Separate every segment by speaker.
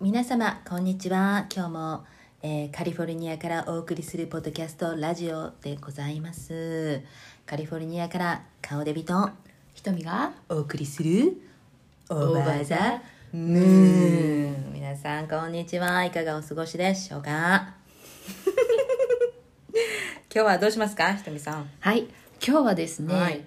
Speaker 1: 皆様こんにちは今日も、えーカリフォルニアからお送りするポッドキャストラジオでございますカリフォルニアから顔デビトン
Speaker 2: ひとみが
Speaker 1: お送りするオー
Speaker 2: ー
Speaker 1: バ
Speaker 2: バ
Speaker 1: ー
Speaker 2: ー
Speaker 1: ザ
Speaker 2: ザ
Speaker 1: ムーン皆さんこんにちはいかがお過ごしでしょう か今日はどうしますかひとみさん
Speaker 2: はい今日はですね、
Speaker 1: はい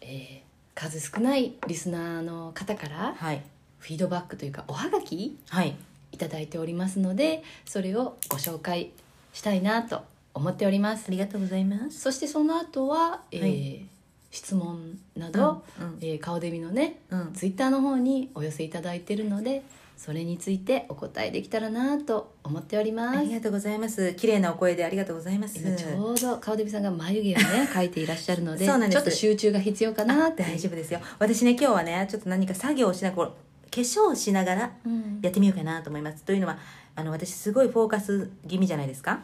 Speaker 2: えー数少ないリスナーの方から
Speaker 1: はい
Speaker 2: フィードバックというかおはがき
Speaker 1: はい
Speaker 2: いただいておりますのでそれをご紹介したいなと思っておりま
Speaker 1: あ
Speaker 2: す
Speaker 1: りがとうございます
Speaker 2: そしてその後は、えー
Speaker 1: はい
Speaker 2: 質問など、
Speaker 1: うんうん
Speaker 2: えー顔デビのね、
Speaker 1: うん
Speaker 2: ツイッターの方にお寄せいただいてるのでそれについてお答えできたらなと思っておりま
Speaker 1: あ
Speaker 2: す
Speaker 1: りがとうございます綺麗なお声でありがとうございます
Speaker 2: 今ちょうど顔デビさんが眉毛をね 描いていらっしゃるので
Speaker 1: そうなんです
Speaker 2: ちょっと集中が必要かなって
Speaker 1: 大丈夫ですよ私ね今日はねちょっと何か作業をしながらこう化粧をしながら
Speaker 2: うん
Speaker 1: やってみようかなと思いますというのはあの私すごいフォーカス気味じゃないですか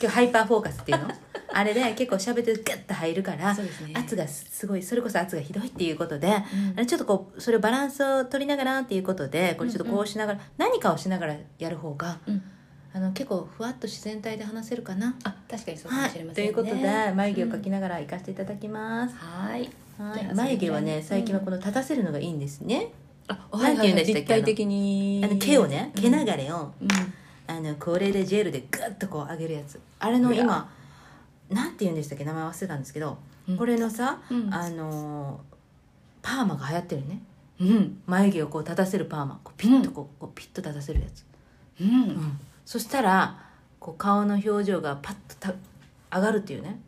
Speaker 1: 今日ハイパーフォーカスっていうの あれで結構喋ってるとガッと入るから、
Speaker 2: そうですね
Speaker 1: 圧がすごいそれこそ圧がひどいっていうことで、
Speaker 2: ん
Speaker 1: あれちょっとこうそれをバランスを取りながらっていうことでこれちょっとこうしながら、何かをしながらやる方が
Speaker 2: うん
Speaker 1: あの結構ふわっと自然体で話せるかな。
Speaker 2: あ確かにそうか
Speaker 1: は
Speaker 2: も
Speaker 1: い、
Speaker 2: しれま
Speaker 1: と
Speaker 2: せん
Speaker 1: い
Speaker 2: ね、
Speaker 1: うことで眉毛を描き
Speaker 2: うん
Speaker 1: ながら行かせていただきます。
Speaker 2: はい
Speaker 1: はい
Speaker 2: じゃあ
Speaker 1: 眉毛はね
Speaker 2: そ
Speaker 1: 最
Speaker 2: れぐ
Speaker 1: 近
Speaker 2: ら
Speaker 1: はいこの立たせるのがいいんですね、
Speaker 2: あ
Speaker 1: は
Speaker 2: はいい
Speaker 1: は
Speaker 2: はいい
Speaker 1: はい
Speaker 2: 立体的に
Speaker 1: あの毛をね毛流れを、
Speaker 2: うん
Speaker 1: あのこれでジェルでグッとこう上げるやつあれの
Speaker 2: う
Speaker 1: 今なんて言うんでしたっけ名前忘れたんですけど、
Speaker 2: うん
Speaker 1: これのさ、
Speaker 2: うん
Speaker 1: あのーパーマが流行ってるね
Speaker 2: うん
Speaker 1: 眉毛をこう立たせるパーマこうピッとこう,、こうピッと立たせるやつ、
Speaker 2: う
Speaker 1: うんん、そしたらこう顔の表情がパッとた上がるっていうね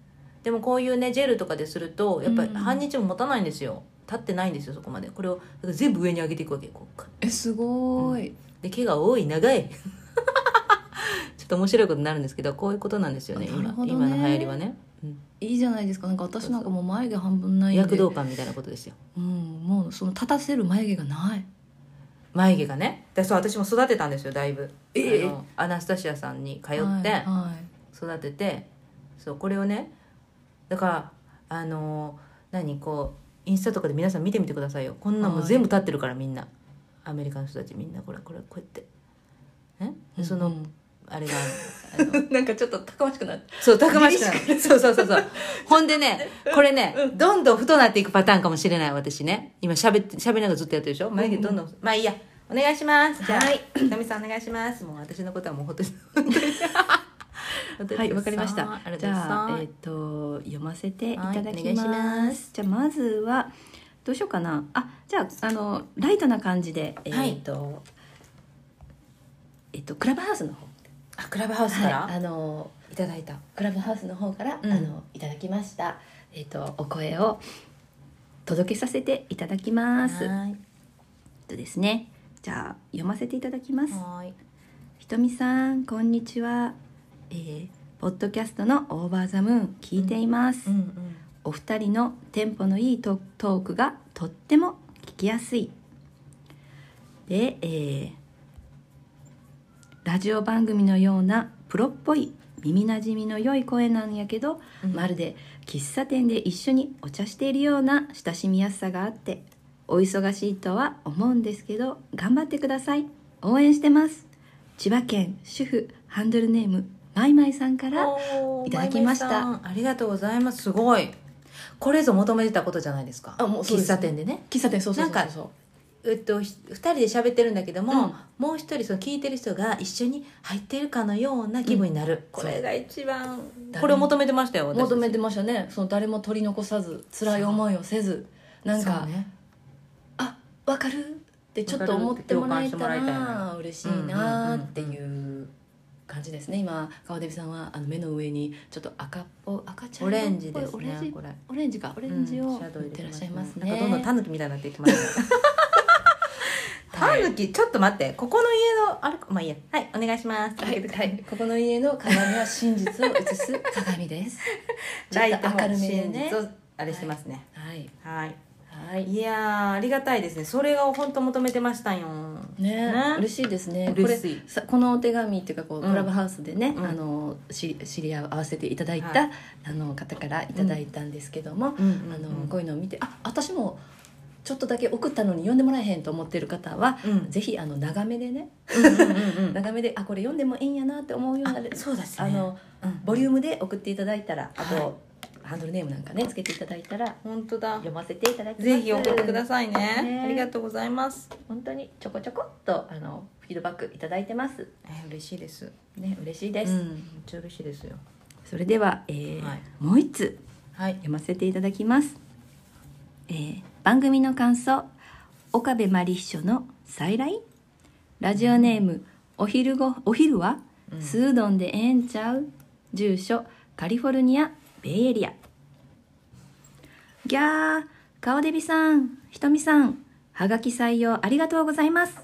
Speaker 1: でもこういうねジェルとかでするとやっぱり
Speaker 2: うん
Speaker 1: 半日も持たないんですよ立ってないんですよそこまでこれをだから全部上に上げていくわけこうカッ
Speaker 2: えすごーい、
Speaker 1: で毛が多い長い ちょっと面白いことになるんですけどこういうことなんですよね
Speaker 2: なる
Speaker 1: 今
Speaker 2: ほどね
Speaker 1: 今の流行りはね、うん
Speaker 2: いいじゃないですかなんか私なんかもう眉毛半分ないんで
Speaker 1: 躍動感みたいなことですよ
Speaker 2: うんもうその立たせる眉毛がない
Speaker 1: 眉毛がねでそう私も育てたんですよだいぶ、
Speaker 2: ええ
Speaker 1: あのアナスタシアさんに通って
Speaker 2: はいは
Speaker 1: 育てて、そうこれをねだからあのー何こうインスタとかで皆さん見てみてくださいよこんなんもう
Speaker 2: はい
Speaker 1: 全部立ってるからみんなアメリカの人たちみんなこれこれこうやってえで
Speaker 2: い、
Speaker 1: その、
Speaker 2: うん
Speaker 1: あれがあの
Speaker 2: うんなんかちょっとたくましくなって
Speaker 1: そう、たくましくなる。そうそうそうそう。ほんでね、これね、どんどん太なっていくパターンかもしれない、私ね。今喋って、喋りながらずっとやってるでしょ眉毛どんどん。まあいいや。お願いします。じゃあ、
Speaker 2: はい
Speaker 1: ひとみさんお願いします。もう私のことはもうほっと
Speaker 2: はい、わかりました
Speaker 1: あり。が
Speaker 2: じ
Speaker 1: とうござい
Speaker 2: ゃあ、え
Speaker 1: ま
Speaker 2: っ、と、読ませていた
Speaker 1: は
Speaker 2: だ
Speaker 1: い
Speaker 2: き
Speaker 1: お願いし
Speaker 2: ます。
Speaker 1: ます
Speaker 2: じゃあ、まずは、どうしようかな。あ、じゃあ、あの、ライトな感じで、えっ、と、えっと、クラブハウスの方。
Speaker 1: す。あ、クラブハウスから、
Speaker 2: はい、あの、
Speaker 1: い、ただいた。
Speaker 2: クラブハウスの方から、
Speaker 1: うん
Speaker 2: あの、いただきました。えっと、お声を届けさせていただきます。えっ
Speaker 1: はい。
Speaker 2: とですね。じゃあ、読ませていただきます。
Speaker 1: はい。
Speaker 2: ひとみさんこんにちは、えー、ポッドキャストのオーバーザムーン聞いています、
Speaker 1: うんうん。
Speaker 2: お二人のテンポのいいトトークがとっても聞きやすいで、えーラジオ番組のようなプロっぽい耳なじみの良い声なんやけど、
Speaker 1: うん
Speaker 2: まるで喫茶店で一緒にお茶しているような親しみやすさがあってお忙しいとは思うんですけど頑張ってください応援してます千葉県主婦ハンドルネームまいまいさんから
Speaker 1: おー
Speaker 2: いただきました
Speaker 1: まいまいさんありがとうございます。すごい。これぞ求めてたことじゃないですか。
Speaker 2: あもうそうで
Speaker 1: 喫
Speaker 2: す
Speaker 1: 茶店でね。
Speaker 2: 喫茶店そう
Speaker 1: そうそうそうえっと、ひ2人で喋ってるんだけども、もう一人その聞いてる人が一緒に入っているかのような気分になる、これが一番これを求めてましたよ私たち
Speaker 2: 求めてましたねその誰も取り残さず辛い思いをせずなん
Speaker 1: そ
Speaker 2: か、
Speaker 1: うね
Speaker 2: あわかるってちょっと思ってもらえた
Speaker 1: わかるって共感してもらえたよ
Speaker 2: ら嬉しいなっていう感じですね今川出さんはあの目の上にちょっと赤っぽ赤茶
Speaker 1: オ
Speaker 2: 色っぽい
Speaker 1: レンジです
Speaker 2: オレン
Speaker 1: ね
Speaker 2: ジ
Speaker 1: これ
Speaker 2: オレンジかオレンジ
Speaker 1: う
Speaker 2: を
Speaker 1: んシ
Speaker 2: 塗
Speaker 1: ャドウ入
Speaker 2: っ
Speaker 1: れ
Speaker 2: てらっしゃいますね、
Speaker 1: なんかどんどんタヌキみたいになっていきますねタ
Speaker 2: はい
Speaker 1: ヌキちょっと待ってここの家のあれまあいいやはいお願いします
Speaker 2: はい、はい、ここの家の鏡は真実を映す鏡です ち
Speaker 1: ラ
Speaker 2: ょ
Speaker 1: イ
Speaker 2: っ
Speaker 1: ト
Speaker 2: と
Speaker 1: も
Speaker 2: 明るめで
Speaker 1: 真
Speaker 2: ね
Speaker 1: 実をあれしてますね
Speaker 2: はい
Speaker 1: はい、
Speaker 2: はい
Speaker 1: い、やーありがたいですねそれを本当求めてましたよ
Speaker 2: ね
Speaker 1: ね
Speaker 2: 嬉しいですねこ
Speaker 1: 嬉
Speaker 2: れ
Speaker 1: しい
Speaker 2: さこのお手紙っていうかこう、
Speaker 1: うん
Speaker 2: クラブハウスでね、
Speaker 1: うん
Speaker 2: あのし知り合わせていただいた、
Speaker 1: はい
Speaker 2: あの方からいただいたんですけども、
Speaker 1: うんうんうん
Speaker 2: あのこういうのを見てあ私もちょっとだけ送ったのに読んでもらえへんと思ってる方は、
Speaker 1: うん
Speaker 2: ぜひあの長めでね、
Speaker 1: うん
Speaker 2: 長めであこれ読んでもええんやなって思うような
Speaker 1: あそうですね
Speaker 2: あの
Speaker 1: うん
Speaker 2: ボリュームで送っていただいたらあと、
Speaker 1: はい
Speaker 2: ハンドルネームなんかねつけていただいたら
Speaker 1: 本当だ
Speaker 2: 読ませていただきます
Speaker 1: ぜひ送ってくだ
Speaker 2: さ
Speaker 1: さ
Speaker 2: い
Speaker 1: いね
Speaker 2: ね
Speaker 1: ありがとうございます、
Speaker 2: 本当にちょこちょこっとあのフィードバックいただいてます
Speaker 1: えー、嬉しいです
Speaker 2: ね嬉しいで
Speaker 1: う
Speaker 2: す、
Speaker 1: んめっちゃ嬉しいですよ
Speaker 2: それでは、えー
Speaker 1: はい
Speaker 2: もう一つ
Speaker 1: はい
Speaker 2: 読ませていただきます、えー番組の感想岡部真理秘書の再来ラジオネームお昼ごお昼は、スードンでええんちゃう住所カリフォルニアベイエリアギャー顔デビさんひとみさんはがき採用ありがとうございます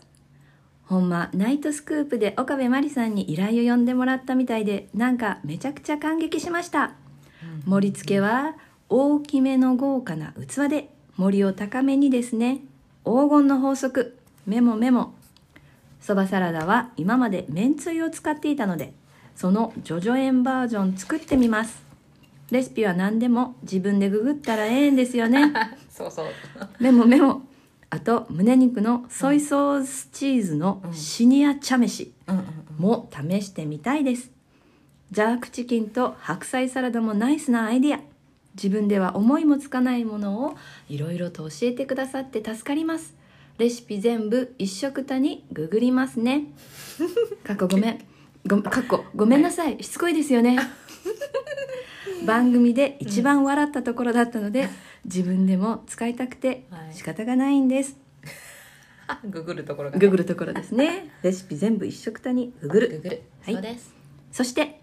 Speaker 2: ほんまナイトスクープで岡部真理さんに依頼を呼んでもらったみたいでなんかめちゃくちゃ感激しました盛り付けは大きめの豪華な器で森を高めにですね黄金の法則メモメモそばサラダは今までめんつゆを使っていたのでそのジョジョ塩バージョン作ってみますレシピは何でも自分でググったらええんですよね
Speaker 1: そうそう
Speaker 2: メモメモあと胸肉のソイソースチーズのシニア茶飯、
Speaker 1: うんうん
Speaker 2: も試してみたいですジャークチキンと白菜サラダもナイスなアイディア自分では思いもつかないものをいろいろと教えてくださって助かりますレシピ全部一食たにググりま すねかっこごめんごかっこごめんなさい、しつこいです よね番組で一番笑ったところだったので、自分でも使いたくて
Speaker 1: はい
Speaker 2: 仕方がないんです、
Speaker 1: あググるところが
Speaker 2: ググるところですねレシピ全部一食たにググる
Speaker 1: ググる
Speaker 2: はい
Speaker 1: そうです
Speaker 2: そして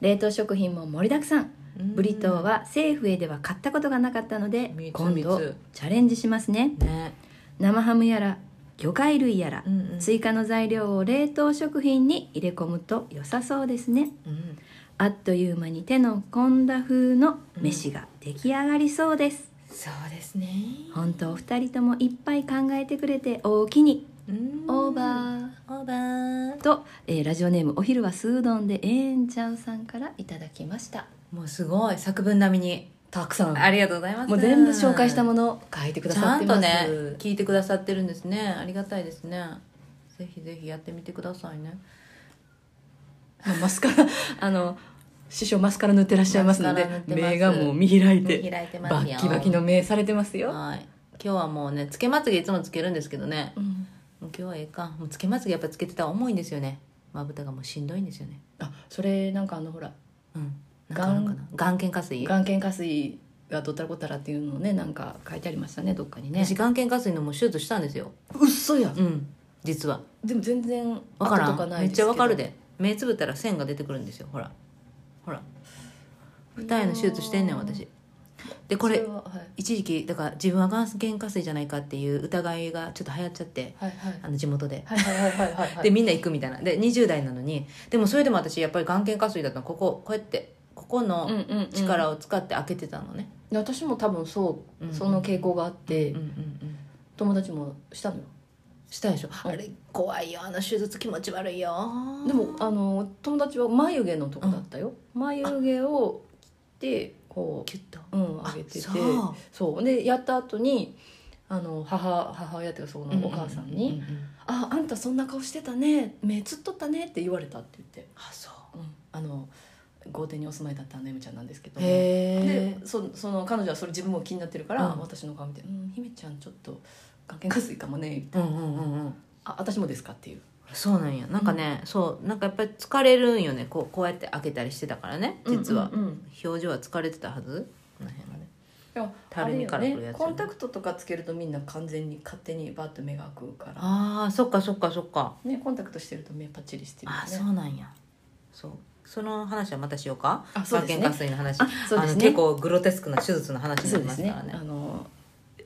Speaker 2: 冷凍食品も盛りだくさん
Speaker 1: うん
Speaker 2: ブリトーは政府へでは買ったことがなかったので
Speaker 1: 三つ
Speaker 2: 今度
Speaker 1: 三つ
Speaker 2: チャレンジしますね
Speaker 1: ね
Speaker 2: 生ハムやら魚介類やら、
Speaker 1: うんうん
Speaker 2: 追加の材料を冷凍食品に入れ込むと良さそうですね
Speaker 1: うん
Speaker 2: あっという間に手の込んだ風の飯が出来上がりそうです、
Speaker 1: そうですね
Speaker 2: 本当お二人ともいっぱい考えてくれて大きに
Speaker 1: うん
Speaker 2: オーバー、
Speaker 1: オーバー
Speaker 2: と、えーラジオネームお昼はスードンでええんちゃうさんからいただきました
Speaker 1: もうすごい作文並みに
Speaker 2: たくさん
Speaker 1: ありがとうございます
Speaker 2: もう全部紹介したものを書いてくだ
Speaker 1: ち
Speaker 2: さ
Speaker 1: ゃ
Speaker 2: って
Speaker 1: んと
Speaker 2: ます
Speaker 1: ね聞いてくださってるんですねありがたいですねぜひぜひやってみてくださいね
Speaker 2: まあマスカラ あの師匠マスカラ塗ってらっしゃいますので
Speaker 1: マスカラ塗ってます
Speaker 2: 目がもう見開い
Speaker 1: 見
Speaker 2: て
Speaker 1: 開いてま
Speaker 2: バ
Speaker 1: すよ
Speaker 2: ッキバキの目されてますよ、
Speaker 1: はい今日はもうねつけまつげいつもつけるんですけどね
Speaker 2: うん
Speaker 1: もう今日はええかもうつけまつげやっぱつけてたら重いんですよねまぶたがもうしんどいんですよね
Speaker 2: あそれなんかあのほら
Speaker 1: うんなんかあるんかな眼瞼下垂
Speaker 2: 眼瞼下垂がどったらこったらっていうのをねなんか書いてありましたねどっかにね
Speaker 1: 私眼瞼下垂のもう手術したんですよ
Speaker 2: うっそや、
Speaker 1: うん実は
Speaker 2: でも全然
Speaker 1: わから
Speaker 2: 跡と
Speaker 1: ん
Speaker 2: な
Speaker 1: め
Speaker 2: い
Speaker 1: っ
Speaker 2: で
Speaker 1: ち
Speaker 2: すけ
Speaker 1: ゃ
Speaker 2: ど
Speaker 1: わかるで目つぶったら線が出てくるんですよほらほら二重の手術してんねん私でこ
Speaker 2: そ
Speaker 1: れ
Speaker 2: ははい
Speaker 1: 一時期だから自分は眼瞼下垂じゃないかっていう疑いがちょっと流行っちゃって
Speaker 2: はいはい
Speaker 1: あの地元で
Speaker 2: はいはいはいはいはい
Speaker 1: でみんな行くみたいなで20代なのにでもそれでも私やっぱり眼瞼下垂だったのこここうやってここの
Speaker 2: うんうんうん
Speaker 1: 力を使って開けてたのね
Speaker 2: で私も多分そう、
Speaker 1: うんうん
Speaker 2: その傾向があって、
Speaker 1: うんうんうん
Speaker 2: 友達もしたのよ
Speaker 1: したでしょあれ怖いよあの手術気持ち悪いよ
Speaker 2: でもあの友達は眉毛のとこだったよ、眉毛を切ってこ
Speaker 1: キュッと
Speaker 2: う、うん、上げてて
Speaker 1: あそう
Speaker 2: そうでやった後にあの母母親っていうかそこのお母さんに
Speaker 1: う
Speaker 2: 「
Speaker 1: うううん
Speaker 2: ああんたそんな顔してたね目つっとったね」って言われたって言って、
Speaker 1: あそう
Speaker 2: うん、あの豪邸にお住まいだったあの M ちゃんなんですけど
Speaker 1: へ
Speaker 2: でそその彼女はそれ自分も気になってるから、
Speaker 1: うん
Speaker 2: 私の顔見て「うん姫ちゃんちょっと眼鏡下水かもね
Speaker 1: えうんうんうんうん」
Speaker 2: あ私もですか」っていう
Speaker 1: そうなんやなんかね、そうなんかやっぱり疲れるんよねこうこうやって開けたりしてたからね実は、
Speaker 2: うんうんうん
Speaker 1: 表情は疲れてたはずこの辺はね
Speaker 2: でも
Speaker 1: たるみから
Speaker 2: あれよ
Speaker 1: 来るやつ
Speaker 2: コンタクトとかつけるとみんな完全に勝手にバッと目が開くから、
Speaker 1: ああそっかそっかそっか、
Speaker 2: ね、コンタクトしてると目パッチリしてるよね
Speaker 1: ああそうなんやそうその話はまたしようか
Speaker 2: あそうですね
Speaker 1: 眼瞼下垂の話
Speaker 2: あそうですね
Speaker 1: の結構グロテスクな手術の話にな
Speaker 2: そう
Speaker 1: り
Speaker 2: で
Speaker 1: ますす
Speaker 2: ね
Speaker 1: からね
Speaker 2: あの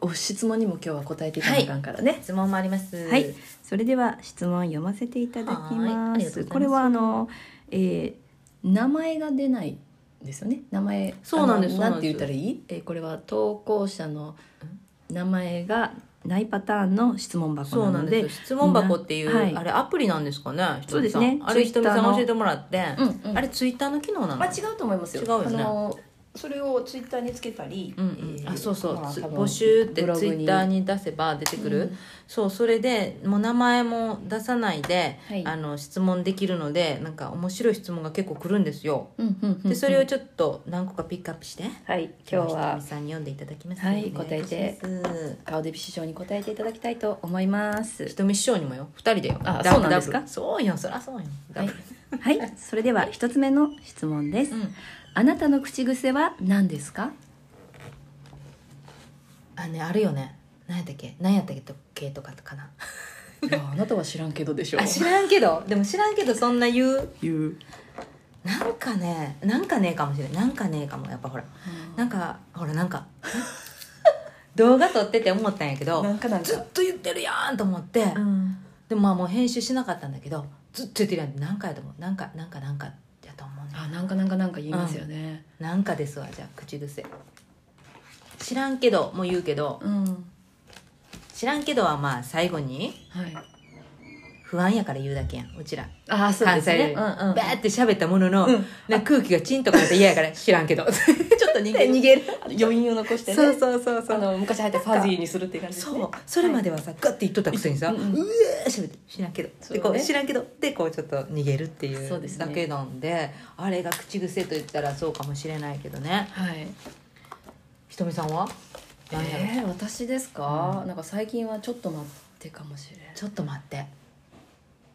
Speaker 2: お質問にも今日は答えていただかんからね
Speaker 1: 質問もあります
Speaker 2: はいそれでは質問読ませていただき
Speaker 1: はいあ
Speaker 2: ま
Speaker 1: り
Speaker 2: す
Speaker 1: がとうございます
Speaker 2: これはあの、えー名前が出ないんですよね名前
Speaker 1: そうなんです
Speaker 2: あの
Speaker 1: そうなんです
Speaker 2: なんて言ったらいい、えーこれは投稿者の名前がないパターンの質問箱
Speaker 1: そう
Speaker 2: な
Speaker 1: なん
Speaker 2: の
Speaker 1: で
Speaker 2: です
Speaker 1: よ質問箱っていう、
Speaker 2: なはい
Speaker 1: あれアプリなんですかねひとみさん
Speaker 2: そうですね
Speaker 1: あれひとみさん
Speaker 2: Twitter の
Speaker 1: 教えてもらって、
Speaker 2: うんうん
Speaker 1: あれツイッターの機能なの
Speaker 2: まあ、違うと思いますよ
Speaker 1: 違うよね
Speaker 2: あのそれをツイッターにつけたり、
Speaker 1: うんうん
Speaker 2: えー
Speaker 1: あそうそう、
Speaker 2: まあ
Speaker 1: つ
Speaker 2: 多分
Speaker 1: 募集って
Speaker 2: ブログ
Speaker 1: ツイ
Speaker 2: に
Speaker 1: ッターに出せば出てくる、
Speaker 2: うん
Speaker 1: そうそれでもう名前も出さないで、
Speaker 2: はい
Speaker 1: あの質問できるのでなんか面白い質問が結構来るんですよ、
Speaker 2: うんうんうんうん
Speaker 1: でそれをちょっと何個かピックアップして
Speaker 2: はい今日
Speaker 1: ひと
Speaker 2: は
Speaker 1: みさんに読んでいただきます
Speaker 2: はい
Speaker 1: お願します
Speaker 2: 顔デビ師匠に答えていただきたいと思います
Speaker 1: ひとみ師匠にもよ二人でよ
Speaker 2: あ
Speaker 1: ダブル
Speaker 2: そうなんですか
Speaker 1: ダブルそうよそりゃそうよダブル
Speaker 2: はいそれでは一つ目の質問です、
Speaker 1: うん
Speaker 2: あなたの口癖は何ですか
Speaker 1: あねあるよね何やったっけ何やったっけとかかない
Speaker 2: やあなたは知らんけどでし
Speaker 1: あ知らんけどでも知らんけどそんな言う
Speaker 2: 言う
Speaker 1: なんかねなんかねえかもしれないなんかねえかもやっぱほらなんかほら なんか動画撮ってて思ったんやけど
Speaker 2: なんかなんか
Speaker 1: ずっと言ってるやんと思って、
Speaker 2: うん
Speaker 1: でもまあもう編集しなかったんだけどずっと言ってるやんなんかやと思うなんかなんかなんかやと思うね
Speaker 2: あなんかなんかなんか言いますよね
Speaker 1: なんかですわじゃあ口癖知らんけども言うけど
Speaker 2: うん、
Speaker 1: 知らんけどはまあ最後に
Speaker 2: はい
Speaker 1: 不安やから言うだけやんうちら
Speaker 2: ああそうで
Speaker 1: 関
Speaker 2: す
Speaker 1: 西
Speaker 2: ね
Speaker 1: で
Speaker 2: う
Speaker 1: バ
Speaker 2: んうん
Speaker 1: ーって喋ったものの、
Speaker 2: うん
Speaker 1: なんか空気がチンとかなって嫌や から知らんけどちょっと逃げる
Speaker 2: 逃げるあの余韻を残してね
Speaker 1: そうそうそうそ
Speaker 2: あ
Speaker 1: う
Speaker 2: の昔入ったファジーにするっていう感じですね
Speaker 1: そうそれまではさ、ガッて言っとったくせにさ「う
Speaker 2: うんうん
Speaker 1: えー!」しゃべって「知らんけど」
Speaker 2: そう
Speaker 1: で
Speaker 2: ね
Speaker 1: こう知らんけど」でこうちょっと逃げるってい
Speaker 2: そうで
Speaker 1: う
Speaker 2: すね
Speaker 1: だけなんであれが口癖と言ったらそうかもしれないけどね
Speaker 2: はい
Speaker 1: ひとみさんは何やろ
Speaker 2: えー、私ですか、なんか最近はちょっと待ってかもしれん、
Speaker 1: ちょっと待って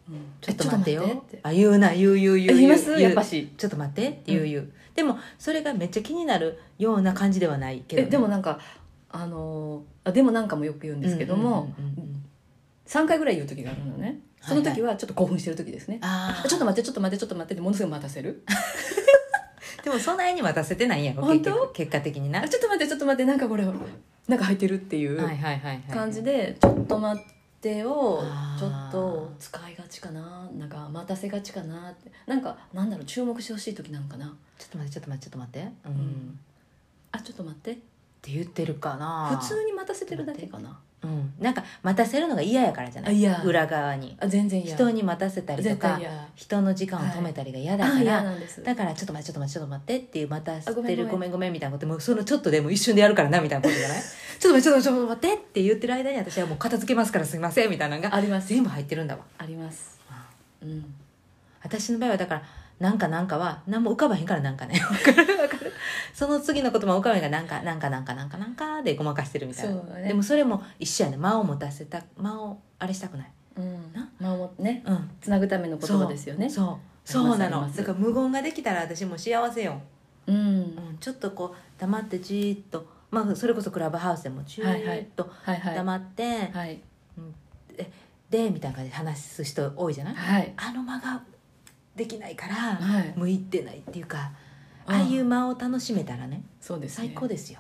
Speaker 2: うん
Speaker 1: ちょっと待ってよ
Speaker 2: えちょっと待ってって
Speaker 1: あ言うな言う言う言う
Speaker 2: 言います
Speaker 1: う
Speaker 2: やっぱし
Speaker 1: ちょっと待ってって言う言う、でもそれがめっちゃ気になるような感じではないけど
Speaker 2: え
Speaker 1: ね、
Speaker 2: でもなんかあのーあでもなんかもよく言うんですけども、
Speaker 1: うんうんうんうん
Speaker 2: 三3回ぐらい言う時があるのねその時はちょっと興奮してる時ですね、
Speaker 1: あー
Speaker 2: ちょっと待ってちょっと待ってちょっと待ってってものすごい待たせる
Speaker 1: でもそんなに待たせてないんやろ
Speaker 2: 本
Speaker 1: 結
Speaker 2: 当
Speaker 1: 局結果的にな
Speaker 2: あちょっと待ってちょっと待ってなんかこれなんか入ってるってい
Speaker 1: はいうはいはいはい
Speaker 2: 感じで「ちょっと待って」を
Speaker 1: あー
Speaker 2: ちょっと使いがちかななんか待たせがちかなってなんかなんだろう注目してほしい時なんかな
Speaker 1: ちょっと待ってちょっと待ってちょっと待って、うん
Speaker 2: んあちょっと待って
Speaker 1: って言ってるかな
Speaker 2: 普通に待たせてるだけかな
Speaker 1: うん、なんか待たせるのが嫌やからじゃな
Speaker 2: あ
Speaker 1: い
Speaker 2: 嫌
Speaker 1: 裏側に
Speaker 2: あ全然嫌
Speaker 1: 人に待たせたりと
Speaker 2: 絶
Speaker 1: か
Speaker 2: 対嫌
Speaker 1: 人の時間を止めたりが嫌だ
Speaker 2: あ
Speaker 1: か
Speaker 2: 嫌
Speaker 1: ら、
Speaker 2: なんです
Speaker 1: だからちょっと待ってちょっと待ってちょっと待ってっていう待たせ
Speaker 2: あごめ
Speaker 1: て
Speaker 2: んご
Speaker 1: る
Speaker 2: めん
Speaker 1: ごめんごめんみたいなこともうそのちょっとでも一瞬でやるからなみたいなことじゃない ちょっと待ってちょっと待ってちょっと待ってって言ってる間に私はもう片付けますからすいませんみたいなのが
Speaker 2: あります
Speaker 1: 全部入ってるんだわ
Speaker 2: ありますうん
Speaker 1: 私の場合はだからなんかなんかは何も浮かばへんからなんかねわかるわかるその次の言葉浮かばへんからなんかなんかなんかなんかなんかでごまかしてるみたいな、
Speaker 2: そうね
Speaker 1: でもそれも一緒やね間を持たせた間をあれしたくない
Speaker 2: うん
Speaker 1: な
Speaker 2: 守っね
Speaker 1: うん
Speaker 2: つなぐための言葉ですよね
Speaker 1: そう
Speaker 2: す
Speaker 1: そうそうな
Speaker 2: あり
Speaker 1: の
Speaker 2: ます
Speaker 1: だから無言ができたら私も幸せよ、
Speaker 2: う
Speaker 1: うんん、ちょっとこう黙ってじーっとまあそれこそクラブハウスでもじ
Speaker 2: はいは
Speaker 1: ー
Speaker 2: い
Speaker 1: っと
Speaker 2: はいはい
Speaker 1: 黙って、
Speaker 2: はい
Speaker 1: でみたいな感じで話す人多いじゃない、
Speaker 2: はい
Speaker 1: あの間ができないから、
Speaker 2: はい
Speaker 1: 向いてないっていうか
Speaker 2: うん
Speaker 1: ああいう間を楽しめたらね
Speaker 2: そうですね
Speaker 1: 最高ですよ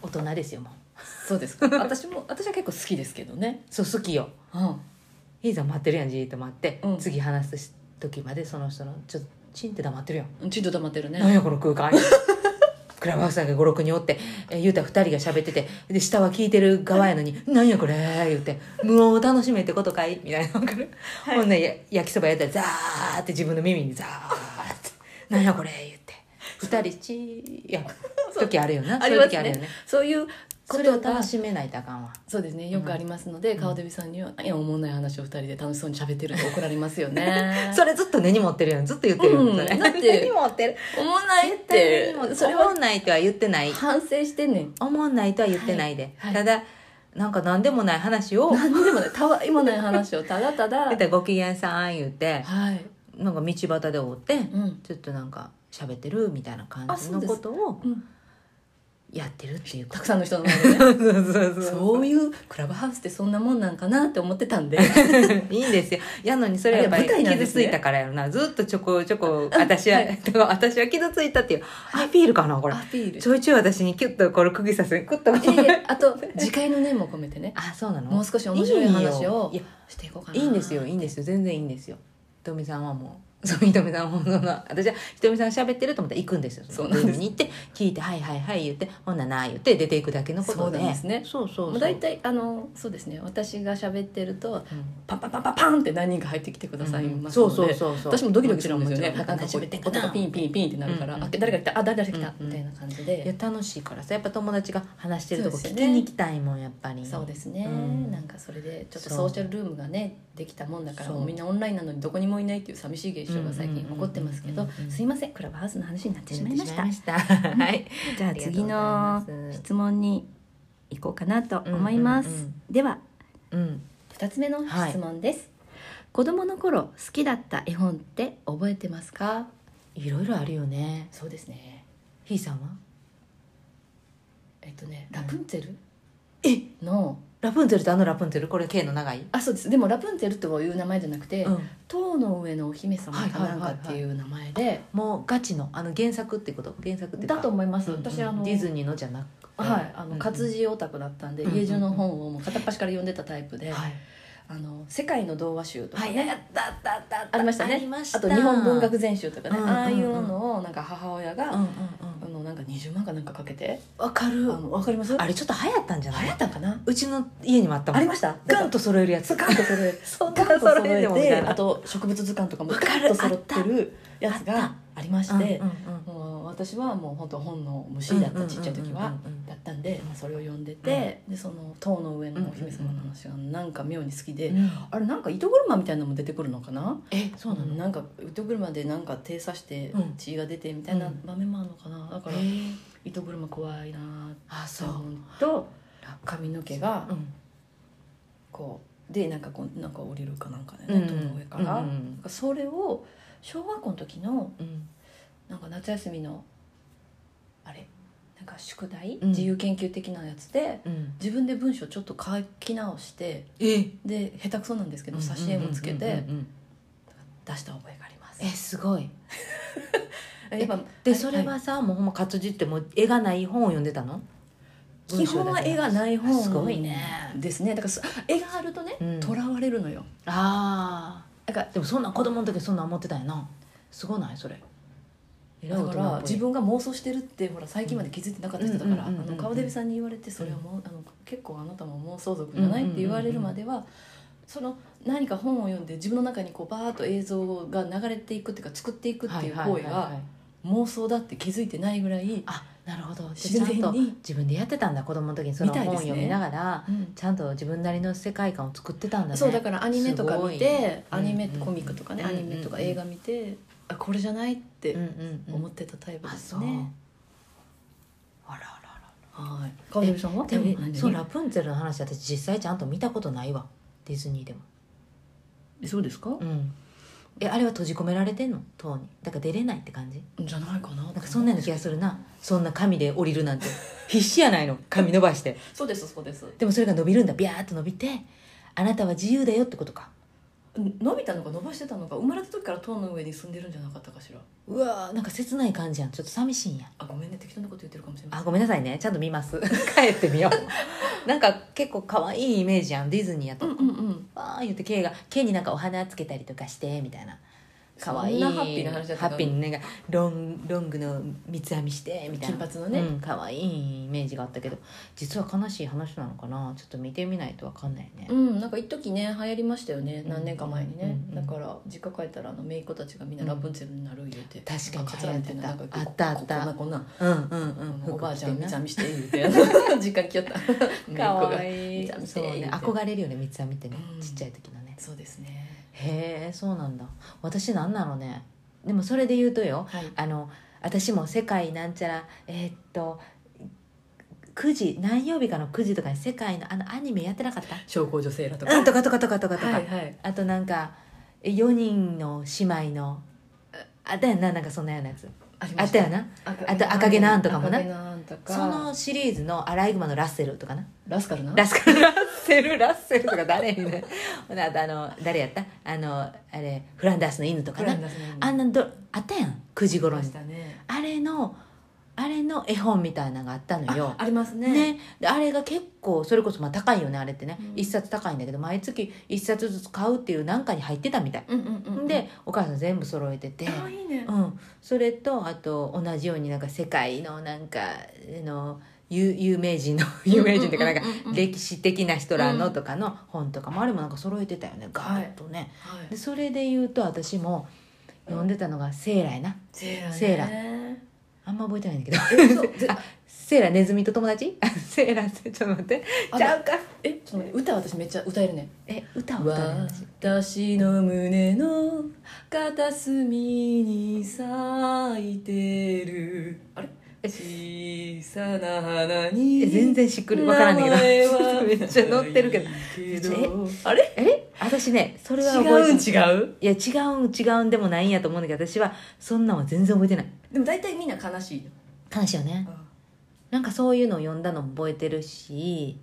Speaker 1: 大人ですよもう
Speaker 2: そう ですか私も私は結構好きですけどね
Speaker 1: そう好きよ
Speaker 2: うん
Speaker 1: いいぞ待ってるやんじーっと待って、
Speaker 2: うん
Speaker 1: 次話す時までその人のちょっとチンって黙ってるやん、
Speaker 2: ちんと黙ってる
Speaker 1: なん
Speaker 2: ね
Speaker 1: やこの空間 クラブハウスなんか56人おって、えー、言うたら2人が喋っててで下は聞いてる側やのに「なんやこれ」言うて「無音を楽しめってことかい?」みたいなわかる、ほんならや焼きそばやったらザーって自分の耳にザーって「なんやこれ」言って2人チーいや時あるよな そういう時あるよね
Speaker 2: そういうこ
Speaker 1: それ
Speaker 2: と
Speaker 1: を
Speaker 2: が
Speaker 1: 楽しめないとあかんわ
Speaker 2: そうですねよくありますので顔デビさんには「いやおもんない話を二人で楽しそうに喋ってる」と怒られますよ ね
Speaker 1: それずっと根に持ってるやんずっと言ってるやん、
Speaker 2: うん
Speaker 1: それ
Speaker 2: だって
Speaker 1: 根に持ってる
Speaker 2: おもんないっ
Speaker 1: 絶対根
Speaker 2: て
Speaker 1: に持って
Speaker 2: それ
Speaker 1: る思
Speaker 2: は
Speaker 1: んないとは言ってない
Speaker 2: 反省してんねん
Speaker 1: 思んないとは言ってないで、
Speaker 2: はいは
Speaker 1: た
Speaker 2: い
Speaker 1: だなんか何でもない話を
Speaker 2: 何でもないたわいもない話をただた だ
Speaker 1: 言ったらご機嫌さん言って
Speaker 2: はい
Speaker 1: なんか道端でおって、
Speaker 2: うん
Speaker 1: ちょっとなんか喋ってるみたいな感じのことを
Speaker 2: うん
Speaker 1: やってるっていう
Speaker 2: た
Speaker 1: か
Speaker 2: くさんの人の前で ね
Speaker 1: そうそうそう
Speaker 2: そういうクラブハウスってそんなもんなんかなって思ってたんで
Speaker 1: いいんですよやのにそれはやっぱり
Speaker 2: あれ舞台なんで
Speaker 1: 傷
Speaker 2: す
Speaker 1: つ
Speaker 2: ね
Speaker 1: いたからやろなずっとちょこちょこ私は、
Speaker 2: はい
Speaker 1: 私は傷ついたっていうアピールかなこれ
Speaker 2: アピール
Speaker 1: ちょいちょい私にキュッとこれ釘刺すクッとこ
Speaker 2: いえいうえあと次回の念も込めてね
Speaker 1: あそうなの
Speaker 2: もう少し面白い話を
Speaker 1: いいよ
Speaker 2: していこうか
Speaker 1: い
Speaker 2: な
Speaker 1: やい
Speaker 2: い
Speaker 1: いんですよいいんですよ全然いいんですよひとみさんはもう そうひとみさんほんその私はひとみさん喋ってると思ったら行くんですよ
Speaker 2: そうなんです
Speaker 1: ルームに行って聞いて「はいはいはい」言って「ほんならな」言って出ていくだけのことで
Speaker 2: そうなんですね
Speaker 1: そうそう
Speaker 2: も
Speaker 1: そう
Speaker 2: う大体あのそうですね私が喋ってると
Speaker 1: うん
Speaker 2: パンパンパンパンパンって何人か入ってきてくださいます
Speaker 1: そ
Speaker 2: の
Speaker 1: う
Speaker 2: で、
Speaker 1: そうそうそう
Speaker 2: 私もドキドキするんですよね
Speaker 1: もちろんもちろんなんかこう
Speaker 2: 喋ってんかな音がピンピンピンってなるから、
Speaker 1: うんうん
Speaker 2: あ誰が来たあ誰が来た、
Speaker 1: うんうん
Speaker 2: みたいな感じ
Speaker 1: いや
Speaker 2: で、
Speaker 1: 楽しいからさやっぱ友達が話してるとこ
Speaker 2: そうです
Speaker 1: 聞
Speaker 2: よ
Speaker 1: き
Speaker 2: ね
Speaker 1: に行きたいもんやっぱり
Speaker 2: そうですね、
Speaker 1: うん
Speaker 2: なんかそれでちょっと
Speaker 1: そ
Speaker 2: ソ
Speaker 1: う
Speaker 2: ーシャルルームがねできたもんだから
Speaker 1: そう
Speaker 2: もうみんなオンラインなのにどこにもいないっていう寂しい現象が最近起こってますけど、
Speaker 1: うんうんうんうん
Speaker 2: すいませんクラブハウスの話になってしまいました
Speaker 1: なってしまいました はい
Speaker 2: じゃあ次の質問に行こうかなと思います、
Speaker 1: うんうんうん
Speaker 2: では
Speaker 1: うん
Speaker 2: 二つ目の質問です、子供の頃好きだった絵本って覚えてますか
Speaker 1: いろいろあるよね
Speaker 2: そうですね
Speaker 1: ひいさんは
Speaker 2: えっとね
Speaker 1: ん
Speaker 2: ラプンツェル
Speaker 1: え
Speaker 2: の、
Speaker 1: ラプンツェルってあのラプンツェルこれ K の長い
Speaker 2: あそうですでもラプンツェルという名前じゃなくて、
Speaker 1: うん
Speaker 2: 塔の上のお姫様かなんか
Speaker 1: はいはいはいはい
Speaker 2: っていう名前で、
Speaker 1: もうガチのあの原作ってこと原作っていうか
Speaker 2: だと思います、
Speaker 1: うんうん
Speaker 2: 私あの
Speaker 1: ディズニーのじゃなくて
Speaker 2: はいあ
Speaker 1: うんう
Speaker 2: の
Speaker 1: ん
Speaker 2: 活字オタクだったんで、
Speaker 1: うんうん
Speaker 2: 家中の本をもう片っ端から読んでたタイプで「
Speaker 1: はい
Speaker 2: あの世界の童話集」とか、
Speaker 1: はいやったあったあったった
Speaker 2: ありましたね
Speaker 1: ありました
Speaker 2: あと日本文学全集とかね、
Speaker 1: うんうんうん
Speaker 2: ああいうのをなんか母親が、
Speaker 1: うんうん
Speaker 2: あ
Speaker 1: うん
Speaker 2: のなんか20万かなんかかけて、
Speaker 1: わか
Speaker 2: あ
Speaker 1: る
Speaker 2: のわかります
Speaker 1: あれちょっと流行ったんじゃな
Speaker 2: 流行
Speaker 1: い
Speaker 2: ったんかな
Speaker 1: うちの家にもあったもん
Speaker 2: ありました
Speaker 1: ガンと揃えるやつ
Speaker 2: スカンとそれ
Speaker 1: そん
Speaker 2: ガンと揃え
Speaker 1: で
Speaker 2: て
Speaker 1: もみたいな
Speaker 2: あと植物図鑑とかも
Speaker 1: わ
Speaker 2: ガ
Speaker 1: かる
Speaker 2: ンと揃ってるやつ
Speaker 1: あっ
Speaker 2: がありま
Speaker 1: う
Speaker 2: し
Speaker 1: ん
Speaker 2: て
Speaker 1: うんうん
Speaker 2: もう私はもう本当本の虫だったちっちゃい時
Speaker 1: うん
Speaker 2: は
Speaker 1: うんうんうんうん
Speaker 2: だったんで、まあ、それを読んでて、でその塔の上のお姫様の話がなんか妙に好きで、
Speaker 1: うん
Speaker 2: あれなんか糸車みたいなのも出てくるのかな
Speaker 1: えそうなの
Speaker 2: なんか糸車でなんか手刺して
Speaker 1: うん
Speaker 2: 血が出てみたいな
Speaker 1: うん
Speaker 2: 場面もあるのかなだから
Speaker 1: へー
Speaker 2: 糸車怖いなーって
Speaker 1: あそ
Speaker 2: そう
Speaker 1: う
Speaker 2: と髪の毛が
Speaker 1: うん
Speaker 2: こうでなんかこうなんか降りるかなんかね、
Speaker 1: うん
Speaker 2: 塔の上から、
Speaker 1: うんうんうん
Speaker 2: なんかそれを小学校の時の
Speaker 1: うん
Speaker 2: なんか夏休みのあれなんか宿題、
Speaker 1: うん
Speaker 2: 自由研究的なやつで
Speaker 1: うん
Speaker 2: 自分で文章ちょっと書き直して
Speaker 1: え
Speaker 2: で下手くそなんですけど挿絵をつけ
Speaker 1: うんう
Speaker 2: て
Speaker 1: んうんうんうん
Speaker 2: 出した覚えがあります
Speaker 1: え。すごい
Speaker 2: やっぱ
Speaker 1: でそれ
Speaker 2: い
Speaker 1: はさもうほんま活字ってもう絵がない本を読んでたの
Speaker 2: 基本は絵がない本
Speaker 1: すごいね
Speaker 2: ですねだからそ絵があるとね
Speaker 1: うん
Speaker 2: とら、囚われるのよ
Speaker 1: あ
Speaker 2: だから
Speaker 1: あでもそんなん子供の時そんなん思ってたんやなすごないそれえらい
Speaker 2: だ
Speaker 1: 大
Speaker 2: か
Speaker 1: 人
Speaker 2: ら
Speaker 1: っぽい
Speaker 2: 自分が妄想してるってほら最近まで気づいてなかった人だからあ
Speaker 1: うんうんうんうん
Speaker 2: の顔デビさんに言われてそれはもうあの結構あなたも妄想族じゃないって言われるまではその何か本を読んで自分の中にこうバーッと映像が流れていくっていうか作っていくっていう行
Speaker 1: はいは
Speaker 2: 為
Speaker 1: いはい
Speaker 2: が
Speaker 1: はい
Speaker 2: 妄想だって気づいてないぐらい
Speaker 1: あなるほど
Speaker 2: 自然
Speaker 1: ちゃんと
Speaker 2: に
Speaker 1: 自分でやってたんだ子供の時にその
Speaker 2: みたい
Speaker 1: 本
Speaker 2: ですね
Speaker 1: 読みながら、
Speaker 2: うん
Speaker 1: ちゃんと自分なりの世界観を作ってたんだね
Speaker 2: そうだからアニメとか見て
Speaker 1: すごい
Speaker 2: アニメ
Speaker 1: うんうんうん
Speaker 2: コミックとかね
Speaker 1: うん
Speaker 2: ア
Speaker 1: うんう
Speaker 2: ニ
Speaker 1: ん
Speaker 2: メとか映画見てあこれじゃないって
Speaker 1: うんうんうん、
Speaker 2: 思ってたタイプ
Speaker 1: あ
Speaker 2: です
Speaker 1: そう、
Speaker 2: ね
Speaker 1: あらあらあら
Speaker 2: はい川デさんは
Speaker 1: でも
Speaker 2: 何
Speaker 1: そうラプンツェルの話私実際ちゃんと見たことないわディズニーでも
Speaker 2: そうですか
Speaker 1: うんえあれは閉じ込められてんの塔にだから出れないって感じ
Speaker 2: じゃないかななん
Speaker 1: なんかそんなような気がするなそんな紙で降りるなんて必死やないの紙伸ばして
Speaker 2: そうですそうです
Speaker 1: でもそれが伸びるんだビャーっと伸びてあなたは自由だよってことか
Speaker 2: 伸びたのか伸ばしてたのか生まれた時から塔の上に住んでるんじゃなかったかしら
Speaker 1: うわーなんか切ない感じやんちょっと寂しいんや
Speaker 2: あごめんね適当なこと言ってるかもしれま
Speaker 1: あ
Speaker 2: せん
Speaker 1: ごめんなさいねちゃんと見ます 帰ってみようなんか結構可愛いイメージやんディズニーやと、
Speaker 2: うんうんうん
Speaker 1: わー言って K が K になんかお花つけたりとかしてみたいな
Speaker 2: そん
Speaker 1: 可
Speaker 2: な
Speaker 1: 愛い
Speaker 2: ハッピーな話だった
Speaker 1: ハッピーになんかロンロングの三つ編みしてみたいな
Speaker 2: 金髪のね
Speaker 1: うん、可愛いイメージがあったけど実は悲しい話なのかなちょっと見てみないとわかんないね、
Speaker 2: うんなんか一時ね流行りましたよね
Speaker 1: うん
Speaker 2: 何年か前にね
Speaker 1: うん
Speaker 2: だから実家帰ったらあの姪っ子たちがみんなラプンツェルになる言うて
Speaker 1: 確かに
Speaker 2: なんカツラみたいな
Speaker 1: 流行っ
Speaker 2: なん
Speaker 1: てた
Speaker 2: かこう
Speaker 1: あったあった
Speaker 2: こんなこんな
Speaker 1: うん、うんうん
Speaker 2: おばあちゃん
Speaker 1: 服着てな
Speaker 2: 三つ編みして言うて あの実家来 よった
Speaker 1: 可
Speaker 2: 姪っ子が
Speaker 1: 愛い
Speaker 2: 三つ
Speaker 1: そう
Speaker 2: 編み
Speaker 1: ね
Speaker 2: して言うて
Speaker 1: 憧れるよね三つ編みってね、
Speaker 2: うん
Speaker 1: ちっちゃい時のね
Speaker 2: そうですね
Speaker 1: へえそうなんだ私なんなのねでもそれで言うとよ
Speaker 2: はい
Speaker 1: あの私も世界なんちゃらえーっと9時何曜日かの9時とかに世界のあのアニメやってなかった
Speaker 2: 小公女セーラと
Speaker 1: う
Speaker 2: か
Speaker 1: んとかとかとかとかとか、
Speaker 2: はいはい
Speaker 1: あとなんか4人の姉妹のあったよななんかそんなようなやつ
Speaker 2: あり
Speaker 1: あ
Speaker 2: ま
Speaker 1: っ
Speaker 2: した
Speaker 1: た
Speaker 2: よ
Speaker 1: よなあと赤毛のアンとかもな
Speaker 2: 赤毛のアンとか
Speaker 1: そのシリーズのアライグマのラッセルとかな
Speaker 2: ラスカルな
Speaker 1: ラスカルラッセルラッセルとか誰みたいな ほなあとあの誰やったあのあれフランダースの犬とか
Speaker 2: フラ
Speaker 1: な
Speaker 2: ンダースの犬
Speaker 1: あんなどあったやん9時頃
Speaker 2: ま
Speaker 1: に
Speaker 2: したね
Speaker 1: あれのあれの絵本みたいなのがあったのよ
Speaker 2: ありますね
Speaker 1: ねであれが結構それこそまあ高いよねあれってね、
Speaker 2: うん
Speaker 1: 一冊高いんだけど毎月一冊ずつ買うっていうなんかに入ってたみたい、
Speaker 2: うんうんうんうん
Speaker 1: でお母さん全部揃えてて、
Speaker 2: あいいね
Speaker 1: うん、それとあと同じようになんか世界のなんかあの有有名人の有名人というかなんか
Speaker 2: うんうんうんうん
Speaker 1: 歴史的な人らのとかの本とかもあれもなんか揃えてたよねガーッとね、
Speaker 2: はい
Speaker 1: でそれで言うと私も読んでたのが「セーラ」やな
Speaker 2: セーラね
Speaker 1: セーラあんま覚えてないんだけど
Speaker 2: えそうぜ
Speaker 1: あセーラネズミと友達 あセーラってちょっと待って
Speaker 2: あ
Speaker 1: ちゃうか
Speaker 2: えちょっと待って歌私めっちゃ歌えるね
Speaker 1: え歌を歌う話
Speaker 2: 私の胸の片隅に咲いてるあれ小さな花に
Speaker 1: え全然しっくりわからんねんけど めっちゃ乗ってるけど
Speaker 2: どあれ
Speaker 1: え私ねそれは
Speaker 2: 違
Speaker 1: 覚えて
Speaker 2: うん
Speaker 1: ない
Speaker 2: 違う
Speaker 1: いや違うん違うんでもないんやと思うんだけど私はそんなんは全然覚えてない
Speaker 2: でも大体みんな悲しいよ
Speaker 1: 悲しいよねなんかそういうのを読んだのも覚えてるし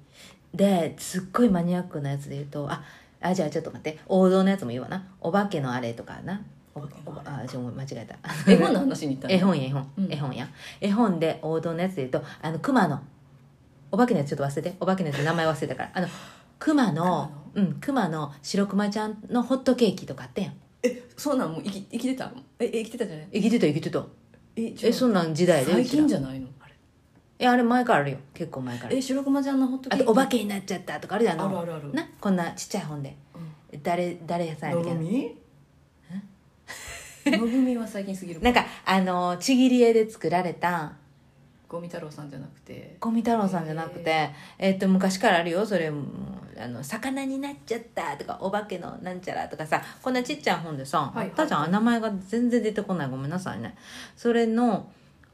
Speaker 1: ですっごいマニアックなやつで言うとああじゃあちょっと待って王道のやつも言うわな「お化けのあれ」とかなおおばあちょ間違えた
Speaker 2: 絵本の話に行った
Speaker 1: 絵本や絵本、
Speaker 2: うん
Speaker 1: 絵本や絵本で王道のやつで言うとあの熊のお化けのやつちょっと忘れてお化けのやつ名前忘れたからあの熊のうん熊の白熊ちゃんのホットケーキとかあってんやん
Speaker 2: えそうなんもう生き生きてたえ生きてたじゃない
Speaker 1: 生きてた生きてた
Speaker 2: えちょ
Speaker 1: えそんなん時代で
Speaker 2: 最近じ
Speaker 1: ゃ
Speaker 2: ゃないのあれ
Speaker 1: えあれ前からあるよ結構前から
Speaker 2: え白熊ちゃんのホットケ
Speaker 1: あ
Speaker 2: ーキ
Speaker 1: と「お化けになっちゃった」とかあるじゃん
Speaker 2: ある
Speaker 1: の
Speaker 2: あるある
Speaker 1: なこんなちっちゃい本で誰誰さんや
Speaker 2: の
Speaker 1: ったっけ
Speaker 2: ぶみのぶみは最近すぎる
Speaker 1: なんかあのちぎり絵で作られた
Speaker 2: ゴミ太郎さんじゃなくて
Speaker 1: 五味太郎さんじゃなく
Speaker 2: へ
Speaker 1: てえっと昔からあるよそれもあの魚になっちゃったとかお化けのなんちゃらとかさこんなちっちゃい本でさ、
Speaker 2: はい
Speaker 1: あったじゃん、名前が全然出てこないごめんなさいねそれの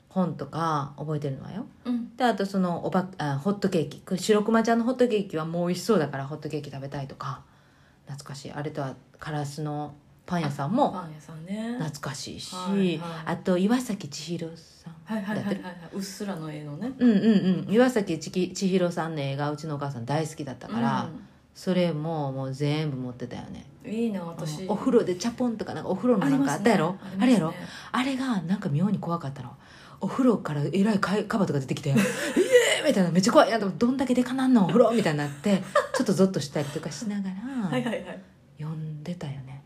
Speaker 1: 本とか覚えてるのはよ
Speaker 2: うん
Speaker 1: であとそのおばあホットケーキこれ白熊ちゃんのホットケーキはもう美味しそうだからホットケーキ食べたいとか懐かしいあれとはカラスのパン屋さんも
Speaker 2: パン屋さんね
Speaker 1: 懐かしいし、
Speaker 2: はいはい
Speaker 1: あと岩崎千尋さん
Speaker 2: はいはいはい
Speaker 1: だ
Speaker 2: は
Speaker 1: っ
Speaker 2: いはい、うっすらの絵のね
Speaker 1: うんうんうん岩崎千き千尋さんの映画うちのお母さん大好きだったから、それももう全部持ってたよね
Speaker 2: うんいいな私
Speaker 1: お風呂でチャポンとかなんかお風呂の
Speaker 2: あ
Speaker 1: な
Speaker 2: り
Speaker 1: ん
Speaker 2: ます
Speaker 1: か
Speaker 2: ね
Speaker 1: あったやろあ,、
Speaker 2: りますね
Speaker 1: れやろあれがなんか妙に怖かったのお風呂からえらいかいカバーとか出てきて「え えー!」みたいなめっちゃ怖いやでもどんだけでかなんのお風呂みたいになってちょっとゾッとしたりとかしなが
Speaker 2: は
Speaker 1: ら
Speaker 2: いはいはい
Speaker 1: 読んでたよね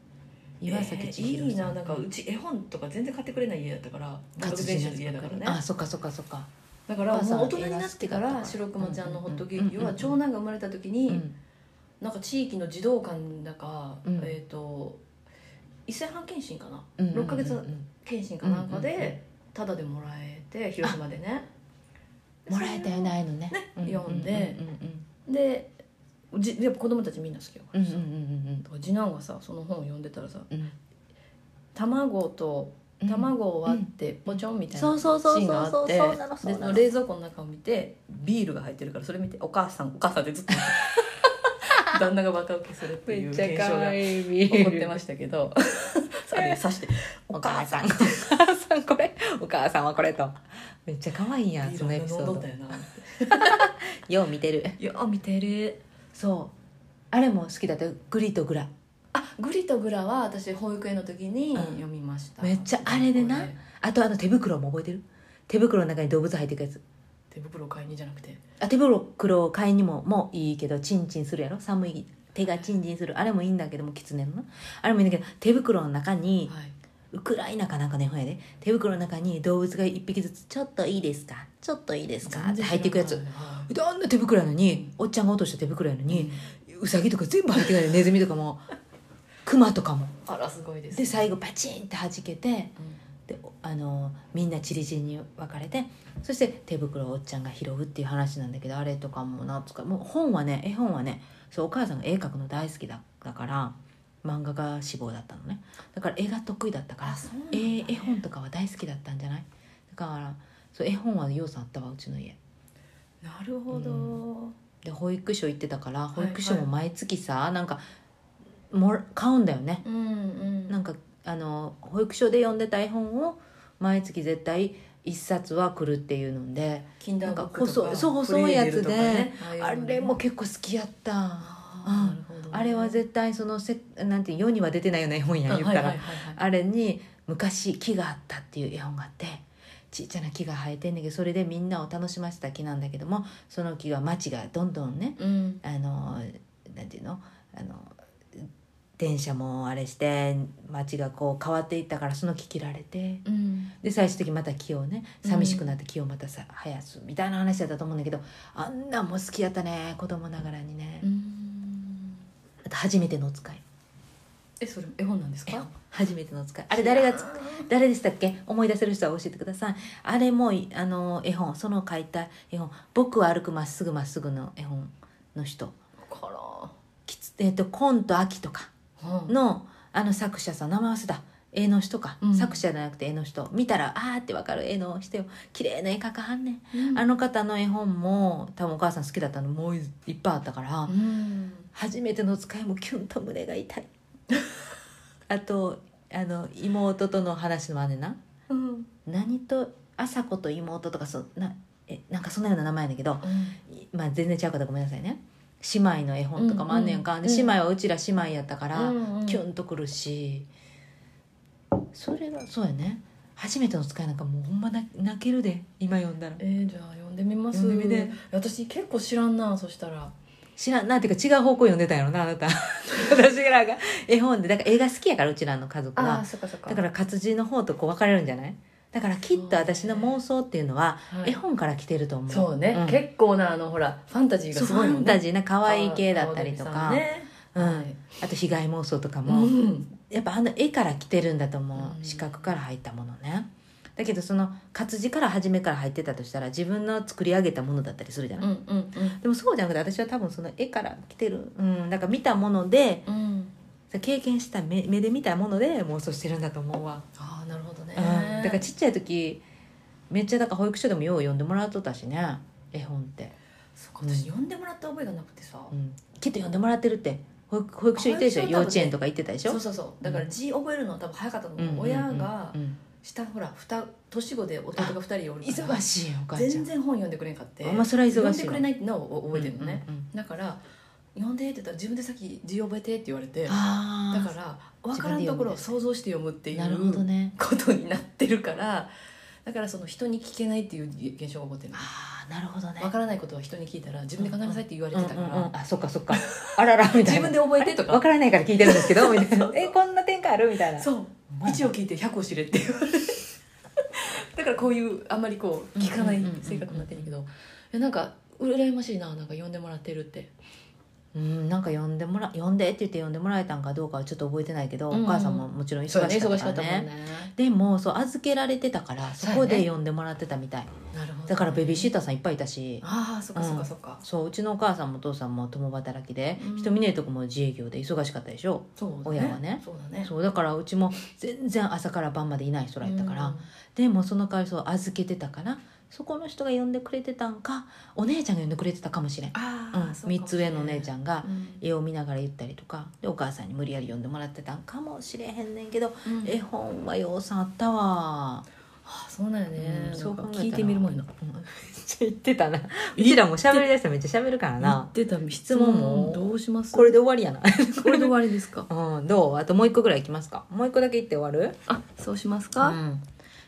Speaker 1: 岩
Speaker 2: 岩
Speaker 1: 崎
Speaker 2: 崎
Speaker 1: 千
Speaker 2: 千
Speaker 1: 尋
Speaker 2: 尋
Speaker 1: さん、
Speaker 2: さん、いいななんかうち絵本とか全然買ってくれない家だったから
Speaker 1: 活字
Speaker 2: 全
Speaker 1: の
Speaker 2: 社
Speaker 1: や
Speaker 2: の
Speaker 1: つ
Speaker 2: 家だからね
Speaker 1: あそっかそっかそっか、
Speaker 2: だからもう
Speaker 1: お母
Speaker 2: 大人
Speaker 1: さん
Speaker 2: になってから白熊ちゃんのホットケーキ
Speaker 1: うんうん
Speaker 2: は
Speaker 1: うん
Speaker 2: 長男が生まれた時に、
Speaker 1: うん
Speaker 2: なんか地域の児童館だか、
Speaker 1: うん
Speaker 2: えっ、と伊勢半健診かな、
Speaker 1: うんうんうんうん
Speaker 2: 6ヶ月健診かなんかで、
Speaker 1: うんうんうん
Speaker 2: タダでもらえて広島でね
Speaker 1: もらえたよねああいうのね
Speaker 2: ね
Speaker 1: ううう
Speaker 2: 読んで
Speaker 1: うん
Speaker 2: でじやっぱ子供たちみんな好きやか
Speaker 1: うんう
Speaker 2: ら
Speaker 1: んう
Speaker 2: さ、
Speaker 1: んうん
Speaker 2: だから次男がさその本を読んでたらさ
Speaker 1: うんうん
Speaker 2: 卵と
Speaker 1: うん
Speaker 2: 卵を割ってポチョンみたいな
Speaker 1: そうそうそうそう
Speaker 2: シーンがあって
Speaker 1: そうなのそうなの
Speaker 2: で冷蔵庫の中を見てビールが入ってるからそれ見て「お母さんお母さん」ってずっと 旦那がバカ受けするっていう現象が
Speaker 1: いい
Speaker 2: 起こってましたけ ど それに刺して「
Speaker 1: お
Speaker 2: お
Speaker 1: 母
Speaker 2: 母
Speaker 1: さ
Speaker 2: さ
Speaker 1: んお」
Speaker 2: ん
Speaker 1: 母さんこれお母さんはこれとめっちゃ可愛いやんそのエピソード
Speaker 2: よな
Speaker 1: よう見てる
Speaker 2: いや見てる
Speaker 1: そうあれも好きだったよグリとグラ
Speaker 2: あグリとグラは私保育園の時に
Speaker 1: うん
Speaker 2: 読みました、
Speaker 1: めっちゃあれでなあとあの手袋も覚えてる手袋の中に動物入ってくやつ
Speaker 2: 手袋買いにじゃなくて
Speaker 1: あ手袋を買いにももういいけどチンチンするやろ寒い手がチンチンするあれもいいんだけどもキツネのなあれもいいんだけど手袋の中に
Speaker 2: はい
Speaker 1: ウクライナかなんかねほんやで手袋の中に動物が一匹ずつ「ちょっといいですかちょっといいですか」って入っていくやつであんな手袋やのにおっちゃんが落とした手袋やのに、うさぎとか全部入ってないネズミとかもクマとかも
Speaker 2: あらすごいです
Speaker 1: で最後パチンって弾けて
Speaker 2: うん
Speaker 1: でおあのみんな散り散りに分かれてそして手袋をおっちゃんが拾うっていう話なんだけどあれとかもなつかもう本はね絵本はねそうお母さんが絵描くの大好きだだから漫画が志望だったのねだから絵が得意だったから
Speaker 2: あそうなんだ
Speaker 1: えー絵本とかは大好きだったんじゃないだからそう絵本は要素あったわうちの家
Speaker 2: なるほど、
Speaker 1: で保育所行ってたから
Speaker 2: い
Speaker 1: 保
Speaker 2: はい
Speaker 1: 育所も毎月さ、なんかもら買うんだよね、
Speaker 2: うんうん
Speaker 1: なんかあの保育所で読んでた絵本を毎月絶対一冊は来るっていうので
Speaker 2: キン
Speaker 1: な
Speaker 2: ダ
Speaker 1: ん
Speaker 2: ー
Speaker 1: か
Speaker 2: ブックとか
Speaker 1: 細いそう細いやつで、あれも
Speaker 2: 結
Speaker 1: 結構好きやった
Speaker 2: 構
Speaker 1: うんあれは絶対そのせなんて世には出てないような絵本やん言ったら、
Speaker 2: はいはいはいはい
Speaker 1: あれに昔木があったっていう絵本があってちっちゃな木が生えてんねんけどそれでみんなを楽しませた木なんだけどもその木が町がどんどんね
Speaker 2: うん
Speaker 1: あのなんていうのあの電車もあれして街がこう変わっていったからその木切られて
Speaker 2: うん
Speaker 1: で最終的にまた木をね寂しくなって木をまたさ生やすみたいな話だったと思うんだけどあんなんも好きやったね子供ながらにね、
Speaker 2: うん
Speaker 1: あと初めてのお使い
Speaker 2: えそれ絵本なんですか
Speaker 1: 初めてのお使いあれ誰がつ誰でしたっけ思い出せる人は教えてくださいあれもいあの絵本その書いた絵本「僕は歩くまっすぐまっすぐ」の絵本の人
Speaker 2: か
Speaker 1: きつ、えっとコンと秋とか
Speaker 2: らうん
Speaker 1: のあの作者さん名前忘れた絵の人か、
Speaker 2: うん
Speaker 1: 作者じゃなくて絵の人見たらあーってわかる絵の人よ綺麗な絵描かはんねん、
Speaker 2: うん
Speaker 1: あの方の絵本も多分お母さん好きだったのもういっぱいあったから、
Speaker 2: うん
Speaker 1: 初めての使いもキュンと胸が痛い あとあの妹との話もあんねんな
Speaker 2: うん
Speaker 1: 何と朝子と妹とかそなえなんかそんなような名前やねんけどいまあ全然ちゃうかったらごめんなさいね姉妹の絵本とかもあんねやんか、
Speaker 2: うんうん
Speaker 1: で
Speaker 2: うん
Speaker 1: 姉妹はうちら姉妹やったから、
Speaker 2: うんうん
Speaker 1: キュンとくるしそれがそうやね初めての使いなんかもうほんまな泣けるで今読んだら
Speaker 2: えーじゃあ読んでみます
Speaker 1: 読んでみて
Speaker 2: 私結構知らんなそしたら
Speaker 1: 知らんなんていうか違う方向読んでたんやろなあなた 私らが絵本でだから映画好きやからうちらの家族
Speaker 2: あ
Speaker 1: は
Speaker 2: そっかそっか
Speaker 1: だから活字の方とこう分かれるんじゃないだからきっと私の妄想っていうのは
Speaker 2: はい
Speaker 1: 絵本から来てると思う、
Speaker 2: そうね、
Speaker 1: ん
Speaker 2: 結構なあのほらファンタジーが
Speaker 1: そう
Speaker 2: す
Speaker 1: フ
Speaker 2: ごい
Speaker 1: ァ
Speaker 2: もん
Speaker 1: ン
Speaker 2: ね
Speaker 1: タジーな可愛い系だったりと
Speaker 2: あ
Speaker 1: か、
Speaker 2: 青柳さね
Speaker 1: うん
Speaker 2: はい
Speaker 1: あと被害妄想とか
Speaker 2: う
Speaker 1: も、
Speaker 2: ん
Speaker 1: やっぱあの絵から来てるんだと思う、
Speaker 2: うん
Speaker 1: 四角から入ったものねだけどその活字から初めから入ってたとしたら自分の作り上げたものだったりするじゃ
Speaker 2: う
Speaker 1: ない、
Speaker 2: んうん
Speaker 1: でもそうじゃなくて私は多分その絵から来てるうんだから見たもので
Speaker 2: うんうん
Speaker 1: 経験した目目で見たもので妄想してるんだと思うわ、
Speaker 2: ああなるほどね、
Speaker 1: うん、だからちっちゃい時めっちゃだから保育所でもよう読んでもらっとったしね絵本って、
Speaker 2: そっか私読んでもらった覚えがなくてさ、
Speaker 1: うん、きっと読んでもらってるって保育保育所行ってるでしょ
Speaker 2: 保育所多分ね
Speaker 1: 幼稚園とか行ってたでしょ
Speaker 2: そうそうそうだから字覚えるのは多分早かったと思う、
Speaker 1: うんうんうん
Speaker 2: 親が
Speaker 1: うん
Speaker 2: 下ほらふた年子で弟が2人おるから
Speaker 1: 忙しいよお母ちゃん
Speaker 2: 全然本読んでくれんかって、
Speaker 1: ほんまそれは忙しいわ
Speaker 2: 読んでくれないってのを覚えてるのね、
Speaker 1: うんうんうん
Speaker 2: だから読んでって言ったら自分で先字覚えてって言われてだ
Speaker 1: あー
Speaker 2: から分からんところを想像して読むってい
Speaker 1: なるほど
Speaker 2: う
Speaker 1: ね
Speaker 2: ことになってるからだからその人に聞けないっていう現象が起こってるの
Speaker 1: ああなるほどね
Speaker 2: 分からないことは人に聞いたら自分で考えなさいって言われてたから、
Speaker 1: うんうんうんあそっかそっかあららみたい
Speaker 2: 自
Speaker 1: な
Speaker 2: 分で覚えてと
Speaker 1: わ
Speaker 2: か
Speaker 1: からないから聞いてるんですけどみ たいなえこんな展開あるみたいな
Speaker 2: そう1を聞いて100を知れって言われて だからこういうあんまりこう聞かない性格になってるけどいやなんか羨ましいななんか呼んでもらってるって
Speaker 1: うんなんか呼んでもら呼んでって言って呼んでもらえたんかどうかはちょっと覚えてないけど、
Speaker 2: うんうん
Speaker 1: お母さんももちろん忙し
Speaker 2: そう
Speaker 1: かっ
Speaker 2: やね
Speaker 1: た
Speaker 2: 忙
Speaker 1: か
Speaker 2: しかった
Speaker 1: ら
Speaker 2: もんね
Speaker 1: ねでもそう預けられてたからそこで呼んでもらってたみたい、
Speaker 2: なるほどね
Speaker 1: だからベビーシッターさんいっぱいいたし
Speaker 2: ああそっかそっかそっか、
Speaker 1: そううちのお母さんもお父さんも共働きで、
Speaker 2: うん
Speaker 1: 人見ねえとこも自営業で忙しかったでしょ
Speaker 2: そうだね
Speaker 1: 親はね
Speaker 2: そうだね
Speaker 1: そうだからうちも全然朝から晩までいない人らやったから、でもその代わりそう預けてたからそこの人が呼んでくれてたんかお姉ちゃんが呼んでくれてたかもしれん、
Speaker 2: あ
Speaker 1: うん、
Speaker 2: あ、そうか
Speaker 1: 3
Speaker 2: も
Speaker 1: つ
Speaker 2: しれ
Speaker 1: 上
Speaker 2: ん
Speaker 1: のお姉ちゃんが
Speaker 2: うん
Speaker 1: 絵を見ながら言ったりとかでお母さんに無理やり呼んでもらってたんかもしれへんねんけど、
Speaker 2: うん
Speaker 1: 絵本はようさんあったわ、
Speaker 2: あそうなんやね、
Speaker 1: うん
Speaker 2: なん、
Speaker 1: そう考えたら
Speaker 2: 聞いてみるもんな
Speaker 1: うん、めっちゃ言って たなうちらも喋りだしたらめっちゃ喋るから
Speaker 2: 言っ
Speaker 1: な
Speaker 2: てた質問
Speaker 1: も
Speaker 2: もどうします
Speaker 1: これで終わりやな
Speaker 2: これで終わりですか
Speaker 1: うんどうあともう一個ぐらいいきますかもう一個だけ言って終わる
Speaker 2: あそうします
Speaker 1: う
Speaker 2: か、
Speaker 1: ん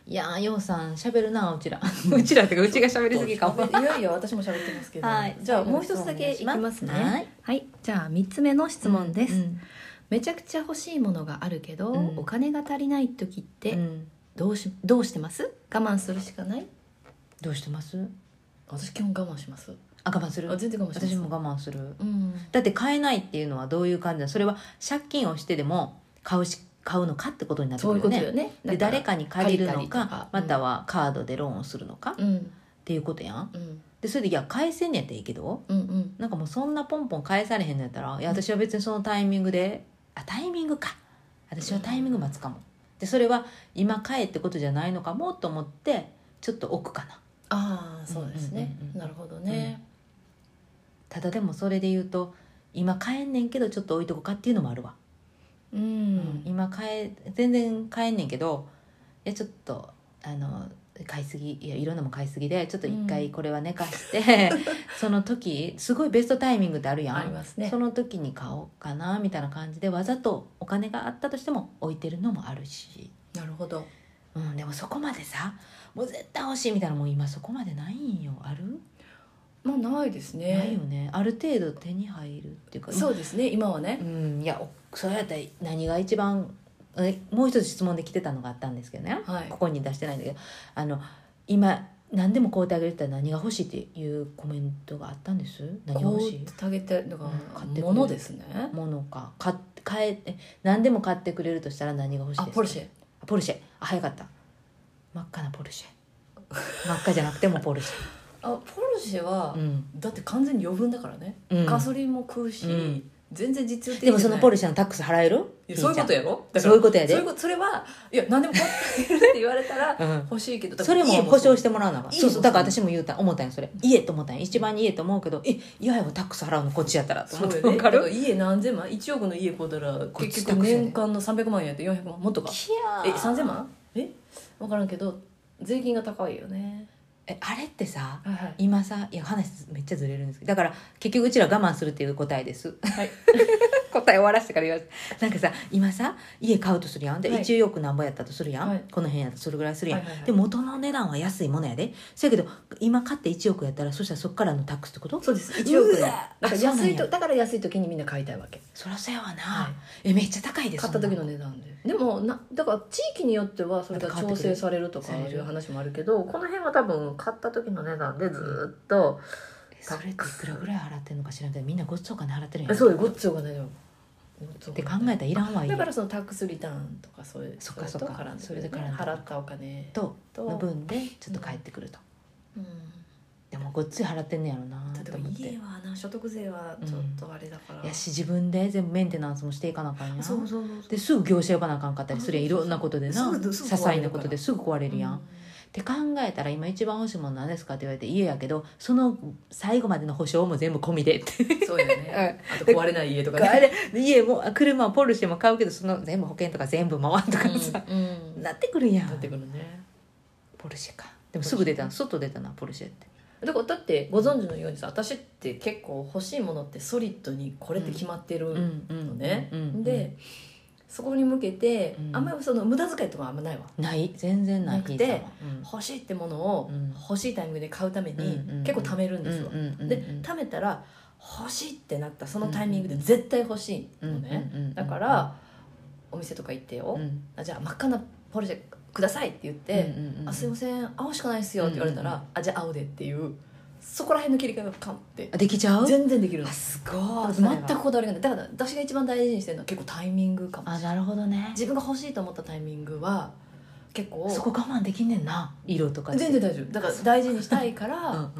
Speaker 1: いやーようさん喋るなうちら うちらってかうちが喋りすぎかも
Speaker 2: いやいや私も喋ってますけ ど、
Speaker 1: はい
Speaker 2: じゃあもう一つだけいきます
Speaker 1: お
Speaker 2: ね
Speaker 1: 願いします
Speaker 2: はいじゃあ3つ目の質問です、
Speaker 1: うん
Speaker 2: めちゃくちゃ欲しいものがあるけど、
Speaker 1: うん
Speaker 2: お金が足りない時っ
Speaker 1: う
Speaker 2: て
Speaker 1: ん
Speaker 2: どうしどうしてます我慢するしかない
Speaker 1: どうしてます
Speaker 2: 私基本我慢します
Speaker 1: あ我慢する
Speaker 2: あ全然我慢します
Speaker 1: 私も我慢する
Speaker 2: うん
Speaker 1: だって買えないっていうのはどういう感じなのそれは借金をしてでも買うし買うのかってことになってく
Speaker 2: そう
Speaker 1: る
Speaker 2: いう
Speaker 1: よ
Speaker 2: こと
Speaker 1: ね
Speaker 2: よね
Speaker 1: で誰かに借りるのか
Speaker 2: 借りたりとか
Speaker 1: またはカードでローンをするのか、っ
Speaker 2: うん
Speaker 1: ていうことやん
Speaker 2: うん
Speaker 1: でそれでいや返せんねやったらいいけど
Speaker 2: うんうん
Speaker 1: なんかもうそんなポンポン返されへんのやったらいや私は別にそのタイミングであタイミングか私はタイミング待つかもでそれは今買えってことじゃないのかもと思ってちょっと置くかな
Speaker 2: ああそうですね、
Speaker 1: うんうんうんうん
Speaker 2: なるほどね、
Speaker 1: ただでもそれで言うと今買えんねんけどちょっと置いとこかっていうのもあるわ
Speaker 2: うん
Speaker 1: 今買え全然買えんねんけどいやちょっとあの買いすぎいやいろんなもん買いすぎでちょっと一回これは寝かして、 その時すごいベストタイミングってあるやん
Speaker 2: ありますね
Speaker 1: その時に買おうかなみたいな感じでわざとお金があったとしても置いてるのもあるし、
Speaker 2: なるほど
Speaker 1: うん、でもそこまでさもう絶対欲しいみたいなのもう今そこまでないんよある、
Speaker 2: まあないですね
Speaker 1: ないよねある程度手に入るっていうか
Speaker 2: そうですね今はね
Speaker 1: うんいやおそれやったら何が一番えもう一つ質問で来てたのがあったんですけどね、
Speaker 2: はい
Speaker 1: ここに出してないんだけどあの今何でも買うてあげるって言ったら何が欲しいっていうコメントがあったんです何が
Speaker 2: こ
Speaker 1: 欲
Speaker 2: う
Speaker 1: しい
Speaker 2: たげてだか
Speaker 1: うん
Speaker 2: ら
Speaker 1: 買ってくれる
Speaker 2: 物ですね
Speaker 1: ものか買って買ええ何でも買ってくれるとしたら何が欲しい
Speaker 2: あ
Speaker 1: ですか
Speaker 2: ポルシェ
Speaker 1: あポルシェあ早かった真っ赤なポルシェ真っ赤じゃなくてもポルシ
Speaker 2: あポルシェは
Speaker 1: ェ、うん
Speaker 2: だって完全に余分だからね、
Speaker 1: うん
Speaker 2: ガソリンも食うし、
Speaker 1: うん
Speaker 2: 全然実用的
Speaker 1: でもそのポ
Speaker 2: ル
Speaker 1: ルシェのタックス払える
Speaker 2: そういうことやろだから
Speaker 1: そういうことやで
Speaker 2: そういうことそれはいや何でも買ってくれるって言われたら
Speaker 1: うん
Speaker 2: 欲しいけどだか
Speaker 1: そ
Speaker 2: ら
Speaker 1: れも
Speaker 2: 家
Speaker 1: 保証
Speaker 2: そ
Speaker 1: してもらわなあかん
Speaker 2: 家
Speaker 1: そ
Speaker 2: も
Speaker 1: うそうだから私も言うた思ったんよそれ家と思ったんよ一番に家と思うけどえ嫌やわタックス払うのこっちやったらと思
Speaker 2: う
Speaker 1: っ
Speaker 2: そ
Speaker 1: て
Speaker 2: うよね
Speaker 1: 分か
Speaker 2: だ
Speaker 1: る
Speaker 2: ら家何千万1億の家こうたら
Speaker 1: こっち
Speaker 2: 結
Speaker 1: だ
Speaker 2: 局
Speaker 1: けじゃね
Speaker 2: 年間の300万円やって400万もっとかえ3000万え分からんけど税金が高いよね
Speaker 1: えあれってさ
Speaker 2: はいはい
Speaker 1: 今さいや話めっちゃずれるんですけどだから結局うちら我慢するっていう答えです
Speaker 2: はい
Speaker 1: 答え終わらせてから言われてなんかさ今さ家買うとするやんで、
Speaker 2: はい
Speaker 1: 1億なんぼやったとするやん、
Speaker 2: はい
Speaker 1: この辺やったらそれぐらいするやん、
Speaker 2: はいはいはい
Speaker 1: で元の値段は安いものやでせやけど今買って1億やったらそしたらそっからのタックスってこと
Speaker 2: そうです1億
Speaker 1: う
Speaker 2: 円
Speaker 1: わ
Speaker 2: だ
Speaker 1: あ
Speaker 2: から
Speaker 1: そうなんや
Speaker 2: 安いとだから安い時にみんな買いたいわけ
Speaker 1: そらそうやわな、
Speaker 2: は
Speaker 1: えめっちゃ高いです
Speaker 2: 買った時の
Speaker 1: ね
Speaker 2: 値段ででもなだから地域によってはそれが調整されるとかいう話もあるけどこの辺は多分買った時の値段でずっと、
Speaker 1: それっていくらぐらい払ってんのか知らんけどみんなごっつお金払ってるんやん
Speaker 2: そうよごっつお金だよっ
Speaker 1: って考えたらいらんわい
Speaker 2: だからそのタックスリターンとかそういう
Speaker 1: そっか
Speaker 2: れと絡んでく
Speaker 1: そっ
Speaker 2: るね
Speaker 1: かそれで絡んでくる
Speaker 2: 払ったお金
Speaker 1: と
Speaker 2: と
Speaker 1: の分でちょっと返ってくると、
Speaker 2: うん
Speaker 1: でもごっつい払ってんねやろな
Speaker 2: 例え
Speaker 1: と
Speaker 2: ば
Speaker 1: 思って
Speaker 2: 家はな所得税はちょっとあれだから、
Speaker 1: やし自分で全部メンテナンスもしていかなあかんやん
Speaker 2: そうそうそう
Speaker 1: ですぐ業者呼ばなあかんかったりすりゃいろんなことでな
Speaker 2: そうそう
Speaker 1: 些
Speaker 2: すぐ壊れ
Speaker 1: 細
Speaker 2: る
Speaker 1: なことですぐ壊れるやん、
Speaker 2: う
Speaker 1: っ
Speaker 2: ん
Speaker 1: て考えたら今一番欲しいもの何ですかって言われて家やけどその最後までの保証も全部込みでって
Speaker 2: そうよ ね、あと壊れない家とか
Speaker 1: あれ家も車もポルシェも買うけどその全部保険とか全部回んとかさ、
Speaker 2: うんうんな
Speaker 1: なってくるやん
Speaker 2: ってくるね
Speaker 1: ポルシェかでもすぐ出たの外出たなポルシェって
Speaker 2: だからだってご存知のようにさ私って結構欲しいものってソリッドにこれって決まってる
Speaker 1: うんう
Speaker 2: の
Speaker 1: ん
Speaker 2: ね、
Speaker 1: うんうん
Speaker 2: でそこに向けて、
Speaker 1: うん
Speaker 2: あんまりその無駄遣いとかあんまないわ
Speaker 1: ない全然ない
Speaker 2: なくて
Speaker 1: ひーさんはうん
Speaker 2: 欲しいってものを
Speaker 1: うん
Speaker 2: 欲しいタイミングで買うために
Speaker 1: うんうんうん
Speaker 2: 結構貯めるんですよ、
Speaker 1: うんうんうんうん
Speaker 2: で貯めたら欲しいってなったそのタイミングで絶対欲しいのね、
Speaker 1: うんうんうんうん
Speaker 2: だからお店とか行ってよ、
Speaker 1: うん
Speaker 2: あじゃあ真っ赤なポルシェくださいって言って、
Speaker 1: うんうんうん
Speaker 2: あすいません青しかないっすよって言われた
Speaker 1: う
Speaker 2: ら、
Speaker 1: んうん
Speaker 2: あじゃあ青でっていうそこら辺の切り替えがカンって
Speaker 1: あできちゃう
Speaker 2: 全然できるの
Speaker 1: あすごい
Speaker 2: 全くこだわりがないだから私が一番大事にしてるのは結構タイミングかも
Speaker 1: あなるほどね
Speaker 2: 自分が欲しいと思ったタイミングは結構
Speaker 1: そこ我慢できんねんな色とかって
Speaker 2: 全然大丈夫だから大事にしたいか
Speaker 1: うんう
Speaker 2: ら
Speaker 1: ん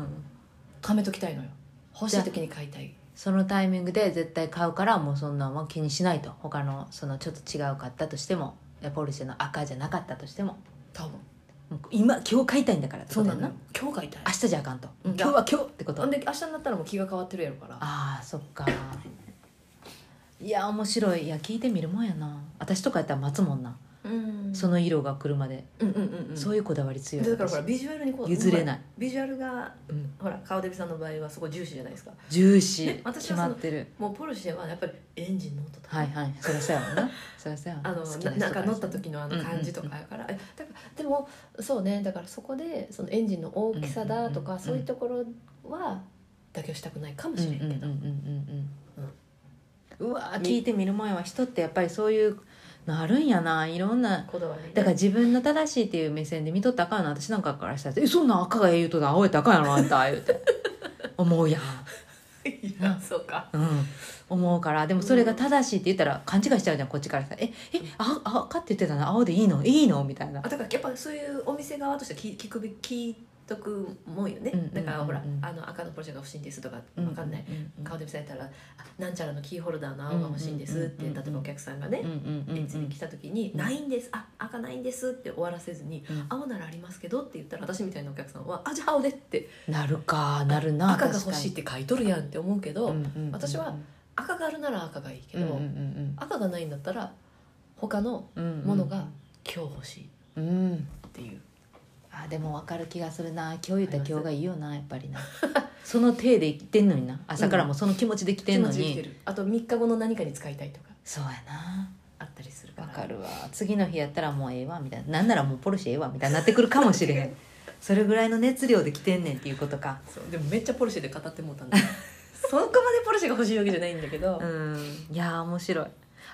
Speaker 2: 貯めときたいのよ欲しい時に買いたい
Speaker 1: そのタイミングで絶対買うからもうそんなんは気にしないと他のそのちょっと違うかったとしてもポルシェの赤じゃなかったとしても
Speaker 2: 多分
Speaker 1: もう今今日買いたいんだからって
Speaker 2: そ
Speaker 1: こ
Speaker 2: う
Speaker 1: と
Speaker 2: な
Speaker 1: や
Speaker 2: のよ今日買いたい
Speaker 1: 明日じゃあかんと、
Speaker 2: うん
Speaker 1: 今日は今日ってこと
Speaker 2: ほんで明日になったらもう気が変わってるやろから
Speaker 1: あーそっかいや面白いいや聞いてみるもんやな私とかやったら待つもんな、
Speaker 2: うん
Speaker 1: その色が来るまで、
Speaker 2: うんうんうんうん
Speaker 1: そういうこだわり強い
Speaker 2: でだからほら
Speaker 1: 私
Speaker 2: ビジュアルにこう
Speaker 1: 譲れない
Speaker 2: ビジュアルが
Speaker 1: うん
Speaker 2: ほら川出さんの場合はそこ重視じゃないですか
Speaker 1: 重視
Speaker 2: ね私
Speaker 1: 決
Speaker 2: はその
Speaker 1: まってる
Speaker 2: もうポルシェはやっぱりエンジンの音とか、
Speaker 1: はいはいそりゃそうやもんなそりゃそうやわ
Speaker 2: あのななんか乗った時のあ
Speaker 1: うん
Speaker 2: の
Speaker 1: うんうん
Speaker 2: 感じとかやから、えだからでもそうねだからそこでそのエンジンの大きさだとか、
Speaker 1: うんうんうんうん
Speaker 2: そういうところは妥協したくないかも
Speaker 1: うん
Speaker 2: し
Speaker 1: うん
Speaker 2: れん
Speaker 1: うん
Speaker 2: け
Speaker 1: うん
Speaker 2: ど、
Speaker 1: うんうんうわー聞いてみる前は人ってやっぱりそういうのあるんやないろんな
Speaker 2: こだわりね
Speaker 1: だから自分の正しいっていう目線で見とったらあかんよな私なんかからしたら「えそんなん赤がええ言うとだ青やったらあかんやろあんた」言う て思うやん、
Speaker 2: いやそうか
Speaker 1: うん、思うからでもそれが正しいって言ったら勘違いしちゃうじゃんこっちからさ「ええああ赤って言ってたな青でいいのいいの?」みたいな
Speaker 2: あだからやっぱそういうお店側として聞聞くべ聞いとくもんよね、
Speaker 1: うんうんうんうん
Speaker 2: だからほらあの赤のポルシェが欲しいんですとかわかんない、
Speaker 1: うう
Speaker 2: 川出さんやったらあ「なんちゃらのキーホルダーの青が欲しいんです」っ
Speaker 1: う
Speaker 2: て
Speaker 1: んうんう
Speaker 2: 例
Speaker 1: んうん
Speaker 2: えばお客さんがね、
Speaker 1: うんうんうんうん
Speaker 2: エンジンに来た時に
Speaker 1: う
Speaker 2: 「
Speaker 1: ん
Speaker 2: ないんですあ赤ないんです」って終わらせずに「
Speaker 1: うん
Speaker 2: 青ならありますけど」って言ったら私みたいなお客さんは「あじゃあ青で」って
Speaker 1: なるかなるな
Speaker 2: 赤が欲しいっ
Speaker 1: い
Speaker 2: て書いとるやんって思うけど、私
Speaker 1: 私
Speaker 2: は赤があるなら赤がいいけ
Speaker 1: うんう
Speaker 2: ど、
Speaker 1: んうん
Speaker 2: 赤がないんだったら他の
Speaker 1: うんうん
Speaker 2: ものが今日欲しいっ
Speaker 1: うん
Speaker 2: ていう、
Speaker 1: あでも分かる気がするな今日言った
Speaker 2: ありま
Speaker 1: ら
Speaker 2: す
Speaker 1: 今日がいいよなやっぱりな その体で生きてんのにな朝からもうその気持ちで生きて
Speaker 2: 気
Speaker 1: ん
Speaker 2: 持
Speaker 1: の
Speaker 2: ちで
Speaker 1: に、
Speaker 2: きてるあと3日後の何かに使いたいとか
Speaker 1: そうやな
Speaker 2: あったりするから
Speaker 1: 分かるわ次の日やったらもうええわみたいななんならもうポルシェええわみたいになってくるかもしれへんそれぐらいの熱量で来てんねんっていうことか
Speaker 2: そうでもめっちゃポルシェで語ってもうた んだそこまでポルシェが欲しいわけじゃないんだけど、
Speaker 1: うんいやー面白い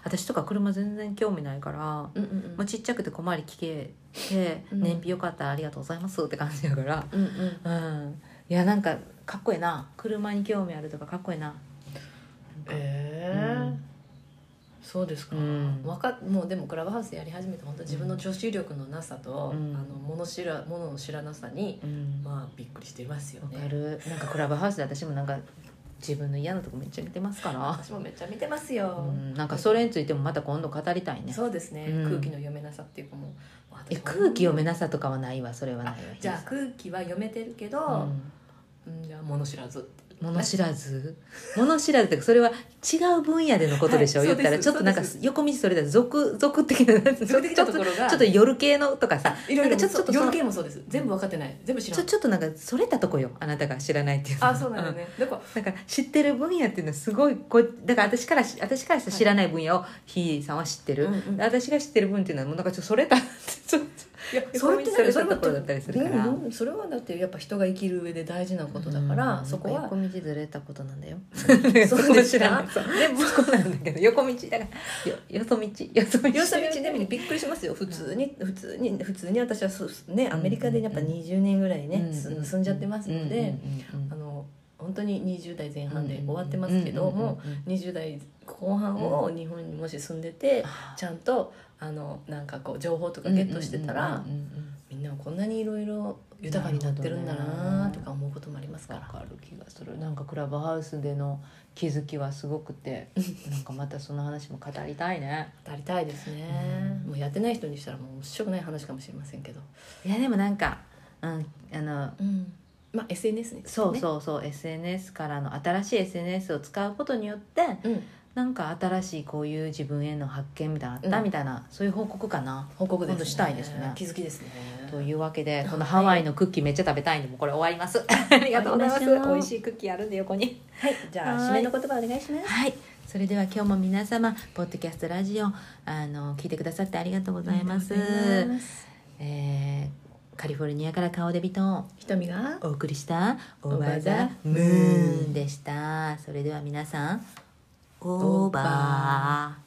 Speaker 1: 私とか車全然興味ないから、
Speaker 2: うん、うんうん
Speaker 1: まあ、ちっちゃくて小回り聞けて
Speaker 2: うん
Speaker 1: 燃費よかったらありがとうございますって感じやから
Speaker 2: うんうん
Speaker 1: うんいやなんかかっこいいな車に興味あるとかかっこいいな
Speaker 2: え
Speaker 1: う
Speaker 2: ー
Speaker 1: ん
Speaker 2: そうですか、
Speaker 1: うん
Speaker 2: わかもうでもクラブハウスやり始めて本当自分の女子力のなさと、
Speaker 1: うん
Speaker 2: あの物知ら物の知らなさに
Speaker 1: うんわ
Speaker 2: まあびっくりしていますよね
Speaker 1: かるなんかクラブハウスで私もなんか自分の嫌なとこめっちゃ見てますから
Speaker 2: 私もめっちゃ見てますよ
Speaker 1: う、んなんかそれについてもまた今度語りたいね
Speaker 2: そうですね、
Speaker 1: うん
Speaker 2: 空気の読めなさっていうかもう
Speaker 1: え
Speaker 2: 私も
Speaker 1: 空気読めなさとかはないわそれはないわ
Speaker 2: じゃあ空気は読めてるけ
Speaker 1: う
Speaker 2: ど、
Speaker 1: ん
Speaker 2: うん、じゃあ物知らずって
Speaker 1: 物知らず物知らずってそれは違う分野でのことでしょ、
Speaker 2: はい
Speaker 1: 言ったら
Speaker 2: そうです
Speaker 1: ちょっとなんか
Speaker 2: そうで
Speaker 1: 横道それだ俗俗的なちょ
Speaker 2: そういう
Speaker 1: ちょ
Speaker 2: と
Speaker 1: っと
Speaker 2: こ
Speaker 1: ちょ
Speaker 2: ろが
Speaker 1: っと夜系のとかさ
Speaker 2: いろいろ
Speaker 1: なんか
Speaker 2: ち
Speaker 1: ち
Speaker 2: ょ
Speaker 1: ょ
Speaker 2: っと
Speaker 1: ちょっと
Speaker 2: 夜系もそうです全部分かってない全部知ら
Speaker 1: ちょ
Speaker 2: ん
Speaker 1: ちょっとなんかそれたとこよあなたが知らないっていう
Speaker 2: あそうなんだよね、だから
Speaker 1: うんなんか知ってる分野っていうのはすごいこうだから私からし私からしたら知らない分野をひーさんは知ってる、
Speaker 2: うんうん
Speaker 1: 私が知ってる分っていうのはもうなんかちょっとそれたちょっと
Speaker 2: いや
Speaker 1: それってだって
Speaker 2: それも
Speaker 1: それもだったりするから
Speaker 2: うんうんそれはだってやっぱ人が生きる上で大事なことだから、
Speaker 1: うん
Speaker 2: そこは
Speaker 1: 横道ずれたことなんだよ
Speaker 2: そ
Speaker 1: そうこ
Speaker 2: です
Speaker 1: 知
Speaker 2: か
Speaker 1: らないそうでもそこなんだけど横道だからよよそ道よそ道
Speaker 2: よさみちなみにびっくりしますよ普通に普通に普通に私はそうねアメリカでやっぱ20年ぐらいね、
Speaker 1: うん
Speaker 2: す住んじゃってます
Speaker 1: うん
Speaker 2: ので、
Speaker 1: うんうんうん
Speaker 2: あの本当に20代前半で終わってますけども、
Speaker 1: うんうんうんうん
Speaker 2: 20代後半を日本にもし住んでてちゃんとあのなんかこう情報とかゲットしてたら、
Speaker 1: うんうんうんうん
Speaker 2: みんなこんなにいろいろ豊かになってるんだなとか思うこともありますか
Speaker 1: わ
Speaker 2: ら。
Speaker 1: かる気がするなんかクラブハウスでの気づきはすごくてなんかまたその話も語りたいね
Speaker 2: 足りたいですね、もうやってない人にしたらもう面白くない話かもしれませんけど、
Speaker 1: いやでもなんか、うん、あの
Speaker 2: まあ SNS ね
Speaker 1: そうそうそう、SNS からの新しい SNS を使うことによって
Speaker 2: う、うん、
Speaker 1: なんか新しいこういう自分への発見みたいなのあった、
Speaker 2: うん
Speaker 1: みたいなそういう報告かな
Speaker 2: 報告です、
Speaker 1: 今度したいですね
Speaker 2: 気づきですね
Speaker 1: というわけでこのハワイのクッキーめっちゃ食べたいんでもうこれ終わります ありがとうございます
Speaker 2: 終わりましょう
Speaker 1: 美味しいクッキーあるんで横に
Speaker 2: はいじゃあ
Speaker 1: はい
Speaker 2: 締めの言葉お願いします
Speaker 1: はいそれでは今日も皆様ポッドキャストラジオあの聞いてくださってありがとうございます
Speaker 2: ありがとうございます
Speaker 1: えーカリフォルニアから顔デビトン
Speaker 2: 瞳が
Speaker 1: お送りしたオーバーザムーンでしたそれでは皆さんオーバー